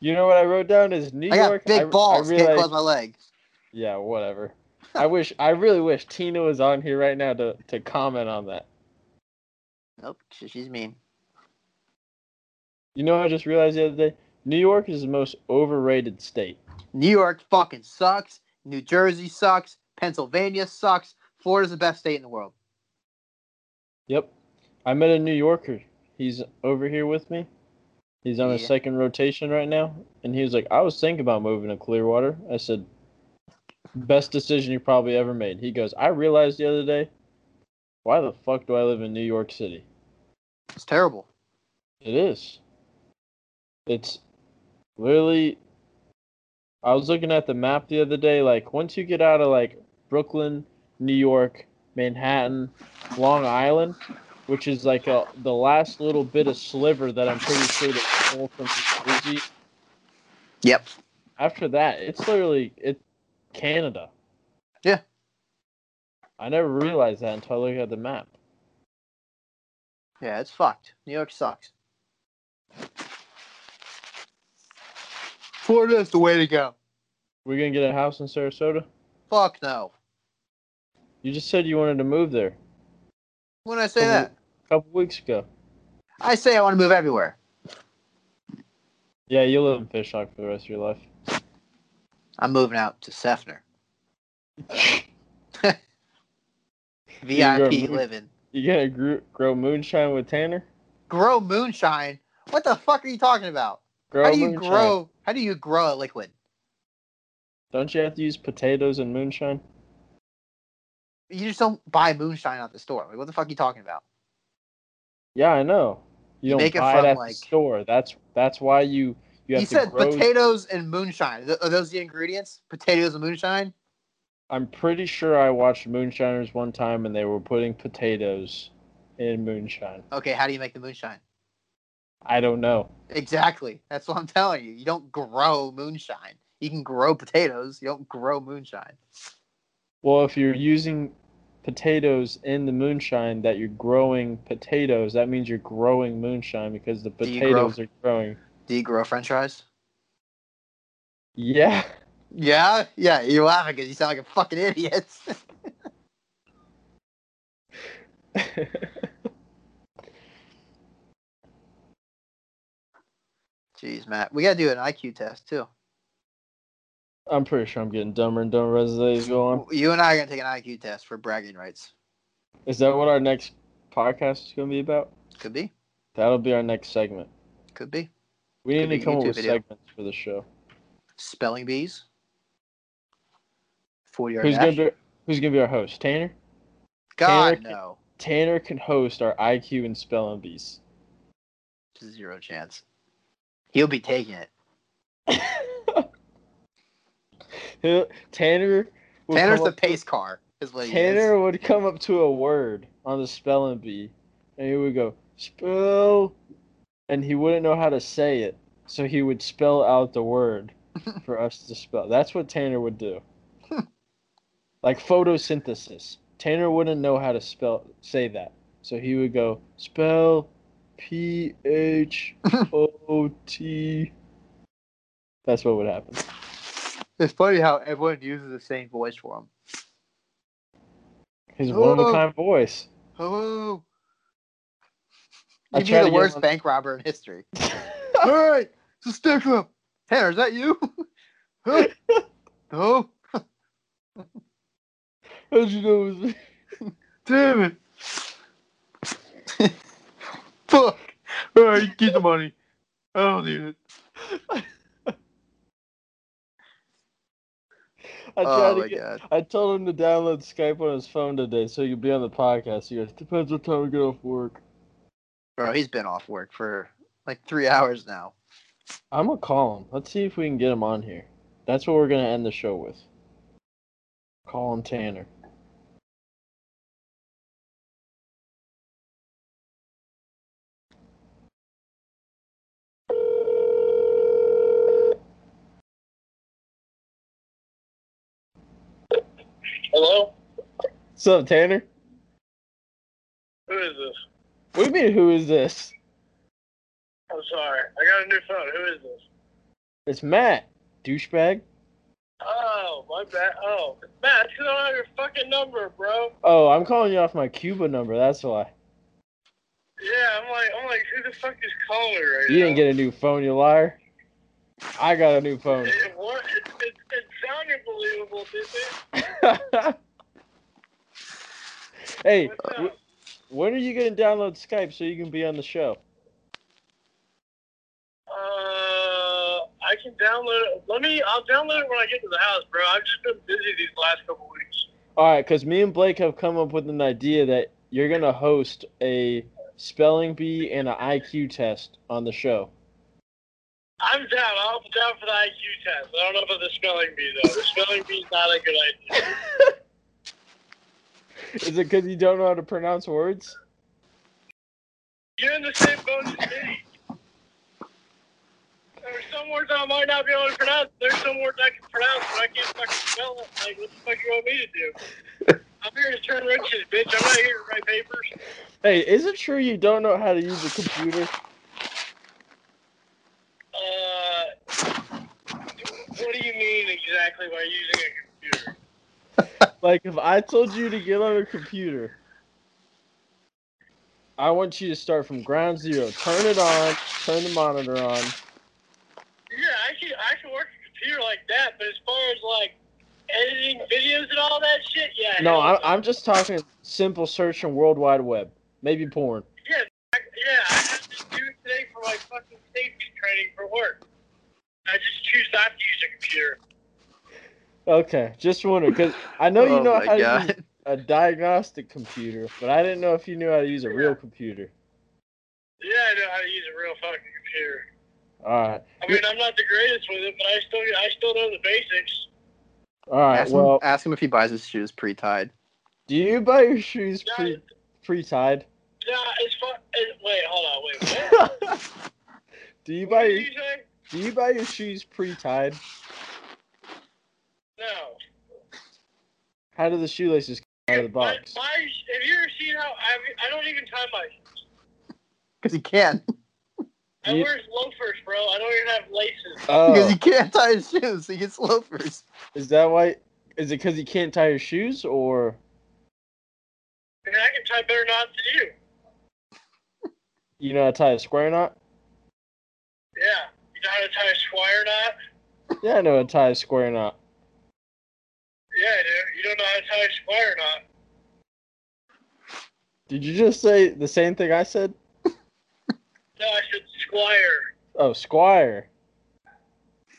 You know what I wrote down is New I York. got big I- balls. I Can't realized- close my leg. yeah, whatever. I wish. I really wish Tina was on here right now to to comment on that. Nope. she- She's mean. You know, what I just realized the other day. New York is the most overrated state. New York fucking sucks. New Jersey sucks. Pennsylvania sucks. Florida's the best state in the world. Yep. I met a New Yorker. He's over here with me. He's on his Yeah. second rotation right now. And he was like, I was thinking about moving to Clearwater. I said, Best decision you probably ever made. He goes, I realized the other day, why the fuck do I live in New York City? It's terrible. It is. It's literally. I was looking at the map the other day. Like, once you get out of like Brooklyn, New York, Manhattan, Long Island, which is like a, the last little bit of sliver that I'm pretty sure to pull from New Jersey. Yep. After that, it's literally it Canada. Yeah. I never realized that until I looked at the map. Yeah, it's fucked. New York sucks. Florida's the way to go. We're gonna get a house in Sarasota. Fuck no. You just said you wanted to move there When did I say Couple- that, a couple weeks ago. I say I want to move everywhere. Yeah, you live in Fishhawk for the rest of your life. I'm moving out to Sefner. You're VIP moving- living. You gonna grow, grow moonshine with Tanner? Grow moonshine. What the fuck are you talking about? Grow how do you moonshine. grow? How do you grow a liquid? Don't you have to use potatoes and moonshine? You just don't buy moonshine at the store. Like, what the fuck are you talking about? Yeah, I know. You You don't make it buy it from, at like- the store. That's that's why you you You, have to said grow. potatoes and moonshine. Th- Are those the ingredients? Potatoes and moonshine? I'm pretty sure I watched Moonshiners one time and they were putting potatoes in moonshine. Okay, how do you make the moonshine? I don't know. Exactly. That's what I'm telling you. You don't grow moonshine. You can grow potatoes. You don't grow moonshine. Well, if you're using potatoes in the moonshine that you're growing potatoes, that means you're growing moonshine because the Do you grow- potatoes are growing. Do you grow french fries? Yeah. Yeah, yeah. You're laughing because you sound like a fucking idiot. Jeez, Matt. We got to do an IQ test, too. I'm pretty sure I'm getting dumber and dumber as the days go on. You and I are going to take an IQ test for bragging rights. Is that what our next podcast is going to be about? Could be. That'll be our next segment. Could be. We Could need be to come up YouTube with video. segments for the show. Spelling bees. 40 yard Who's dash. going to be, who's going to be our host? Tanner. God, Taylor- no. Tanner can host our IQ and spelling bees. Zero chance. He'll be taking it. He'll- Tanner. will Tanner's come the up- pace car, is what he is. Tanner would come up to a word on the spelling bee, and he would go spell, and he wouldn't know how to say it, so he would spell out the word for us to spell. That's what Tanner would do. like photosynthesis, Tanner wouldn't know how to spell say that, so he would go spell P H O T. That's what would happen. It's funny how everyone uses the same voice for him. His one of a kind voice. Hello. I You'd be try the to get worst one- bank robber in history. All right, so stick up. Tanner, is that you? Huh? no. How'd you know it was me? Damn it. Fuck. All right, get the money. I don't need it. I tried oh to my get. god. I told him to download Skype on his phone today so he could be on the podcast. He goes, depends what time we get off work. Bro, he's been off work for like three hours now. I'm gonna call him. Let's see if we can get him on here. That's what we're gonna end the show with. Colin Tanner. Hello? What's up, Tanner? Who is this? What do you mean, who is this? I'm sorry. I got a new phone. Who is this? It's Matt, douchebag. Oh, my bad. Oh, Matt, you don't have your fucking number, bro. Oh, I'm calling you off my Cuba number. That's why. Yeah, I'm like, I'm like, who the fuck is calling me right You now? didn't get a new phone, you liar. I got a new phone. It, wa- it, it, it sounded believable, didn't it? hey, What's up? w- when are you gonna download Skype so you can be on the show? Uh, I can download it. Let me. I'll download it when I get to the house, bro. I've just been busy these last couple weeks. All right, because me and Blake have come up with an idea that you're gonna host a spelling bee and an IQ test on the show. I'm down. I'm down for the IQ test. I don't know about the spelling bee though. The spelling bee's not a good idea. Is it because you don't know how to pronounce words? You're in the same boat as me. There's some words I might not be able to pronounce. There's some words I can pronounce, but I can't fucking spell it. Like, what the fuck you want me to do? I'm here to turn wrenches, bitch. I'm not here to write papers. Hey, is it true you don't know how to use a computer? Uh, what do you mean exactly by using a computer? Like, if I told you to get on a computer, I want you to start from ground zero. Turn it on, turn the monitor on. Yeah, I can I can work a computer like that, but as far as like editing videos and all that shit, yeah. No, hell I, I'm just talking simple search and World Wide Web, maybe porn. I, yeah, I have to do it today for my fucking safety training for work. I just choose not to use a computer. Okay, just wondering because I know you know oh my how to god. use a diagnostic computer, but I didn't know if you knew how to use a real computer. Yeah, I know how to use a real fucking computer. All right, I mean, I'm not the greatest with it, but I still I still know the basics. all right. ask, Well, him, ask him if he buys his shoes pre-tied. do you buy your shoes Yeah. pre pre tied? Nah, it's fun. It, wait, hold on, wait. What? do you buy what did your you say? Do you buy your shoes pre tied? No. How do the shoelaces come out of the box? My, my, have you ever seen how I, I don't even tie my Because he can't. I You- wear loafers, bro. I don't even have laces. Because Oh, he can't tie his shoes. He gets loafers. is that why? Is it because you can't tie your shoes, or And I can tie better knots than you. you know how to tie a square knot? Yeah. You know how to tie a squire knot? Yeah, I know how to tie a square knot. Yeah, dude. You don't know how to tie a squire knot. Did you just say the same thing I said? No, I said squire. Oh, squire. Yeah.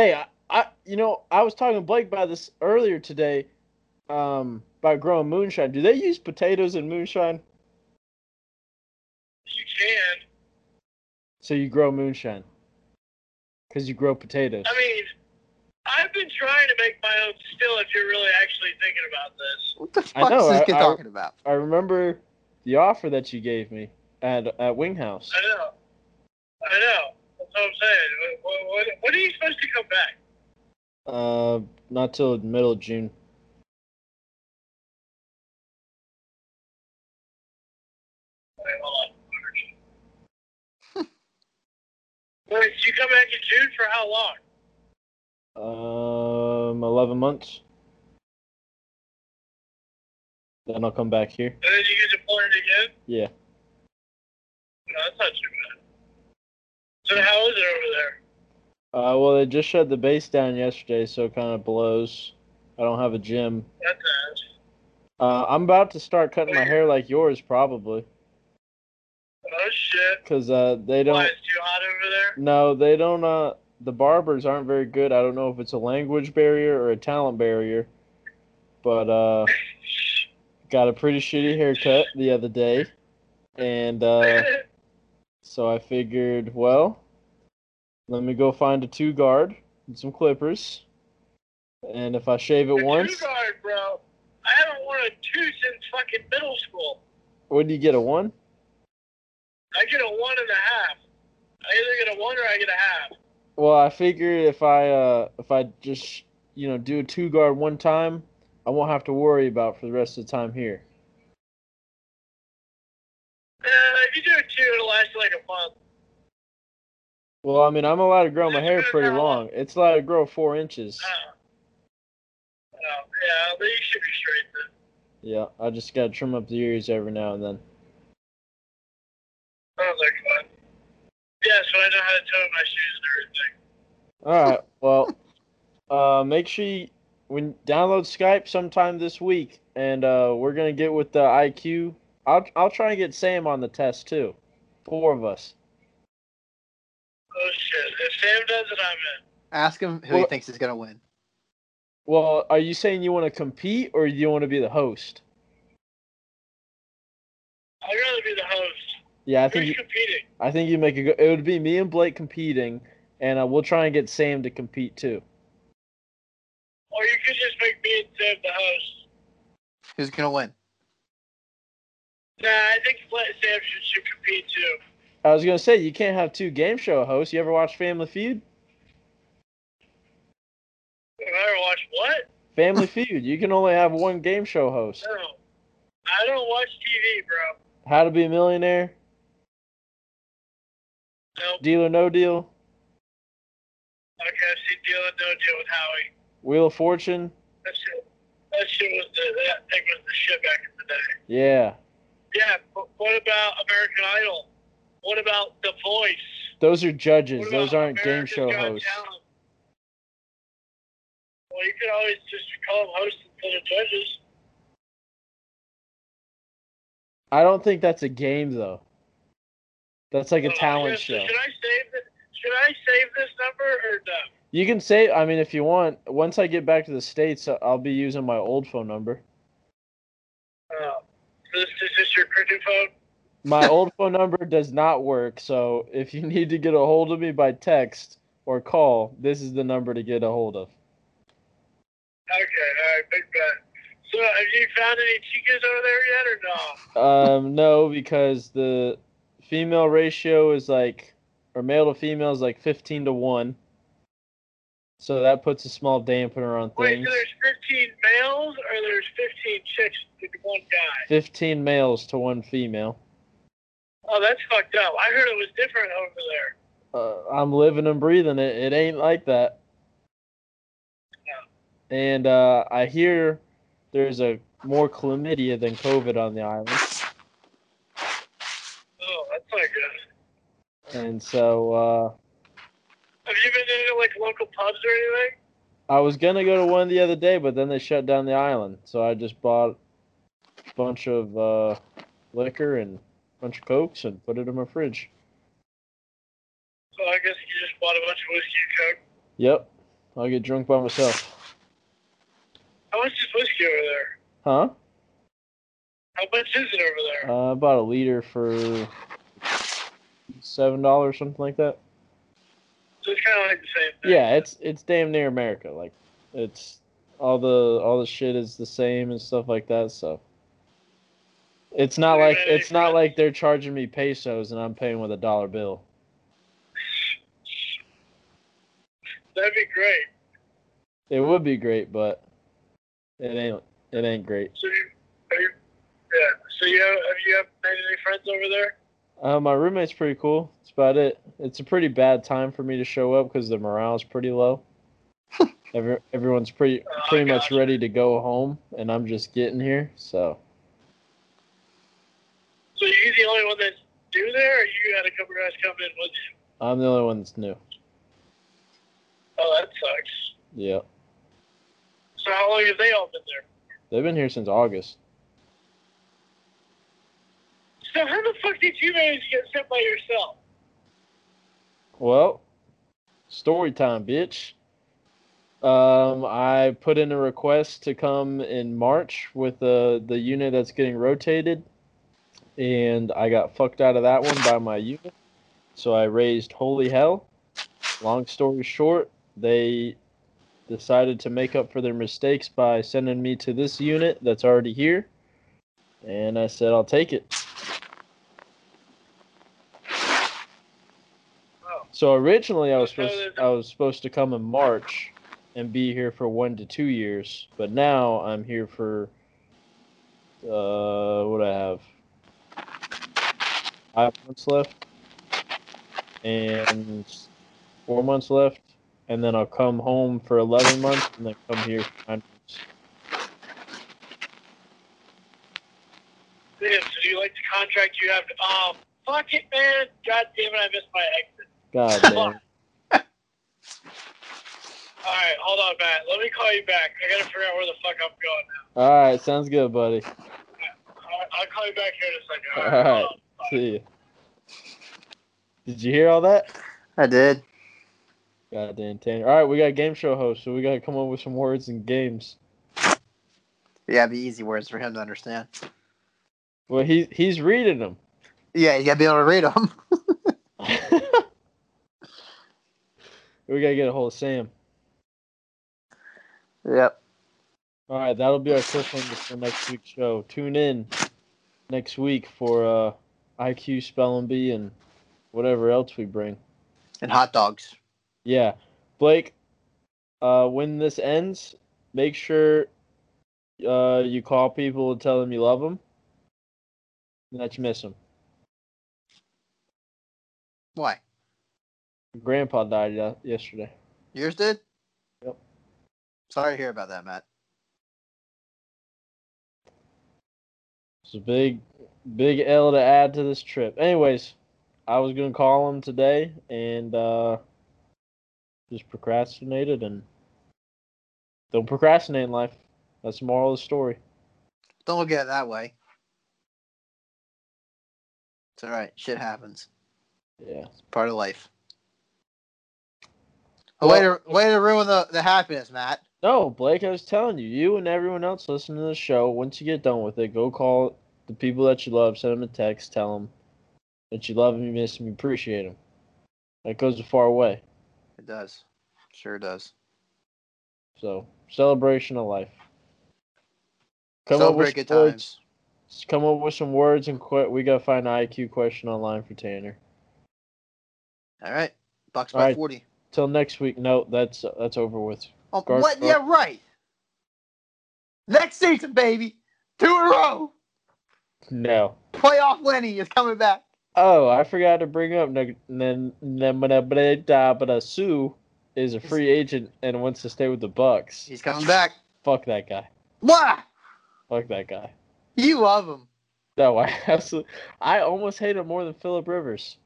Hey, I, I you know, I was talking to Blake about this earlier today, um, about growing moonshine. Do they use potatoes in moonshine? You can. So you grow moonshine. Because you grow potatoes. I mean, I've been trying to make my own still if you're really actually thinking about this. What the I fuck know, is this I- kid I- talking about? I remember the offer that you gave me at at Winghouse. I know. I know. That's what I'm saying. What, what, when are you supposed to come back? Uh, not till middle of June. Wait, hold on. Wait, so you come back in June for how long? Um, eleven months. Then I'll come back here. And then you get deployed again? Yeah. No, that's not too bad. So how is it over there? Uh, well, they just shut the base down yesterday, so it kind of blows. I don't have a gym, That's ass. Uh, I'm about to start cutting my hair like yours, probably, Oh shit. because uh, they Why don't. it's too hot over there? No, they don't. Uh, the barbers aren't very good. I don't know if it's a language barrier or a talent barrier, but uh, got a pretty shitty haircut the other day, and uh, so I figured, well, let me go find a two guard and some clippers, and if I shave The it once, Two guard, bro. I haven't worn a two since fucking middle school. what do you get a one? I get a one and a half. I either get a one or I get a half. Well, I figured if I uh if I just you know do a two guard one time, I won't have to worry about for the rest of the time here. Uh, if you do it two, it'll last like a month. Well, I mean, I'm allowed to grow my hair pretty long. It's allowed to grow four inches. Uh, uh, yeah, but you should be straight then. Yeah, I just gotta trim up the ears every now and then. Sounds like fun. Yeah, so I know how to toe my shoes and everything. All right. Well, uh, make sure you when download Skype sometime this week, and uh, we're gonna get with the IQ. I'll I'll try and get Sam on the test too. Four of us. Oh shit! If Sam does it, I'm in. Ask him who he Well- thinks is gonna win. Well, are you saying you want to compete or you want to be the host? I'd rather be the host. Yeah, I think Who's you, competing? I think you make a good. It would be me and Blake competing, and uh, we'll try and get Sam to compete too. Or you could just make me and Sam the host. Who's gonna win? Nah, I think Flat Sam should, should compete too. I was gonna say you can't have two game show hosts. You ever watch Family Feud? Have I ever watched what? Family Feud. You can only have one game show host. No. I don't watch TV, bro. How to Be a Millionaire, Nope. Deal or No Deal, Okay, I've seen Deal and No Deal with Howie. Wheel of Fortune. That shit, that shit was the, that thing was the shit back in the day. Yeah, Yeah, but what about American Idol? What about The Voice? those are What judges. about Those aren't game America's show Got hosts. Talent? Well, you could always just call them hosts instead of judges. I don't think that's a game though. That's like a Oh, talent yeah, show. so Should I save this? Should I save this number or no? You can say. I mean, if you want. Once I get back to the states, I- I'll be using my old phone number. Oh. So this is this your cricket phone? My old phone number does not work, so if you need to get a hold of me by text or call, this is the number to get a hold of. Okay, all right, big bet. So have you found any chicas over there yet or no? Um, no, because the female ratio is like, or male to female is like 15 to 1. So that puts a small dampener on Wait, things. so there's 15 males or there's 15 chicks to one guy? 15 males to 1 female. Oh, that's fucked up. I heard it was different over there. Uh, I'm living and breathing it. It ain't like that. And uh, I hear there's a more chlamydia than COVID on the island. Oh, that's not good. And so uh, Have you been into like local pubs or anything? I was gonna go to one the other day, but then they shut down the island. So I just bought a bunch of uh, liquor and a bunch of cokes and put it in my fridge. So I guess you just bought a bunch of whiskey and coke. Yep, I'll get drunk by myself, How much is whiskey over there? huh? How much is it over there? Uh, I bought a liter for seven dollars, something like that. So it's kind of like the same thing. Yeah, it's it's damn near America. Like, it's all the all the shit is the same and stuff like that. So it's not like it's not like they're charging me pesos and I'm paying with a dollar bill. That'd be great. It would be great, but it ain't. It ain't great. So you, are you, yeah. So you have, have you have made any friends over there? Uh, my roommate's pretty cool. That's about it. It's a pretty bad time for me to show up because the morale's pretty low. Every, everyone's pretty Oh, I pretty much gotcha. ready to go home, and I'm just getting here. So So you the only one that's new there, or you had a couple guys come in with you? I'm the only one that's new. Oh, that sucks. Yeah, So how long have they all been there? they've been here since August. So how the fuck did you manage to get sent by yourself? Well, story time, bitch. Um, I put in a request to come in March with the the unit that's getting rotated, and I got fucked out of that one by my unit. So I raised holy hell. Long story short, they decided to make up for their mistakes by sending me to this unit that's already here, and I said I'll take it. Oh. So originally I was So supposed there's- I was supposed to come in March, and be here for one to two years. But now I'm here for uh, what I have five months left and four months left, and then I'll come home for eleven months and then come here. For nine months. Damn, so do you like the contract you have? Um, fuck it, man. God damn it, I missed my exit. God damn. All right, hold on, Matt. Let me call you back. I gotta figure out where the fuck I'm going now. All right, sounds good, buddy. I'll, I'll call you back here in a second. All right. hold on. See ya. Did you hear all that? I did. Goddamn Tanner. All right, we got a game show host, so we got to come up with some words and games. Yeah, it'd be easy words for him to understand. Well, he he's reading them. Yeah, you gotta be able to read them. we got to get a hold of Sam. yep. All right, that'll be our cliffhanger for next week's show. Tune in next week for uh, IQ spelling bee and whatever else we bring. And hot dogs. Yeah, Blake. Uh, when this ends, make sure uh you call people and tell them you love them, and that you miss them. Why? Grandpa died ye- yesterday. Yours did? Yep. Sorry to hear about that, Matt. It's a big, big L to add to this trip. Anyways, I was gonna call him today and uh, just procrastinated and don't procrastinate in life. That's the moral of the story. Don't look at it that way. It's all right. Shit happens. Yeah. It's part of life. Well- way to way to ruin the, the happiness, Matt. No, Blake, I was telling you, you and everyone else listening to the show, once you get done with it, go call the people that you love, send them a text, tell them that you love them, you miss them, you appreciate them. That goes a far way. It does. Sure does. So, celebration of life. Celebrate good some words- times. Come up with some words and quit. We gotta find an IQ question online for Tanner. All right. Bucks All by right. forty. Till next week. No, that's that's over with. Oh, Gar- what? Gar- yeah, right. Next season, baby. Two in a row. No. Playoff Lenny is coming back. Oh, I forgot to bring up Neg- Nen- Nemanabeda, but uh, Sue is a free agent and wants to stay with the Bucks. He's coming back. Fuck that guy. Why? Fuck that guy. You love him. No, I absolutely. I almost hate him more than Philip Rivers.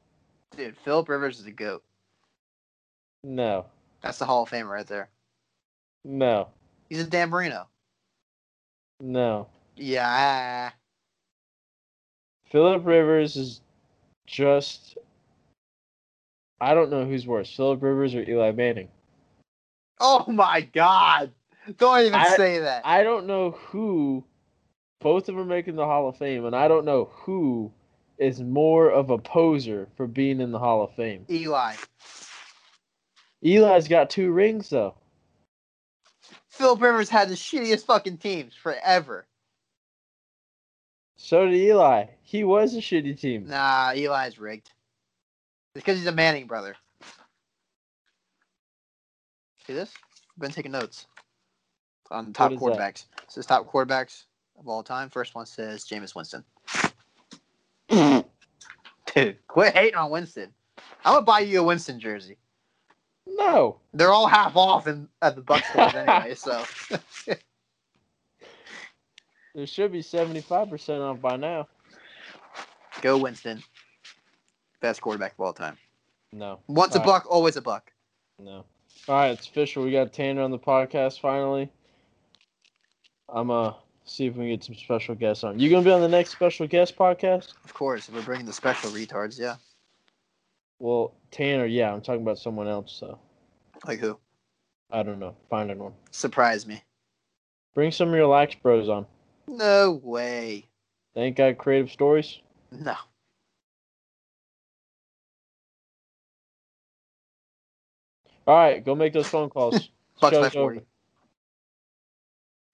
Dude, Philip Rivers is a goat. No, That's the Hall of Famer right there. no, He's a Dan Marino. no. Yeah. Philip Rivers is just. I don't know who's worse, Philip Rivers or Eli Manning. Oh my God! Don't even I- say that. I don't know who. Both of them are making the Hall of Fame, and I don't know who is more of a poser for being in the Hall of Fame. Eli, Eli's got two rings though. Phil Rivers had the shittiest fucking teams forever. So did Eli. He was a shitty team. Nah, Eli's rigged. It's because he's a Manning brother. See this? I've been taking notes on the top is that? quarterbacks. It says top quarterbacks of all time. First one says Jameis Winston. Dude, quit hating on Winston. I'm gonna buy you a Winston jersey. No. They're all half off in, at the Bucks stores anyway, so. There should be seventy five percent off by now. Go Winston. Best quarterback of all time. No. Once a All right. buck, always a buck. No. Alright, it's official. We got Tanner on the podcast finally. I'm uh see if we can get some special guests on. You gonna be on the next special guest podcast? Of course, if we're bringing the special retards, yeah. Well, Tanner, yeah, I'm talking about someone else, so Like who? I don't know. Finding one. Surprise me. Bring some of your lax bros on. No way. They ain't got creative stories. No. Alright, go make those phone calls. Bucks by Show's over. 40.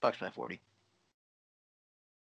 Bucks by 40.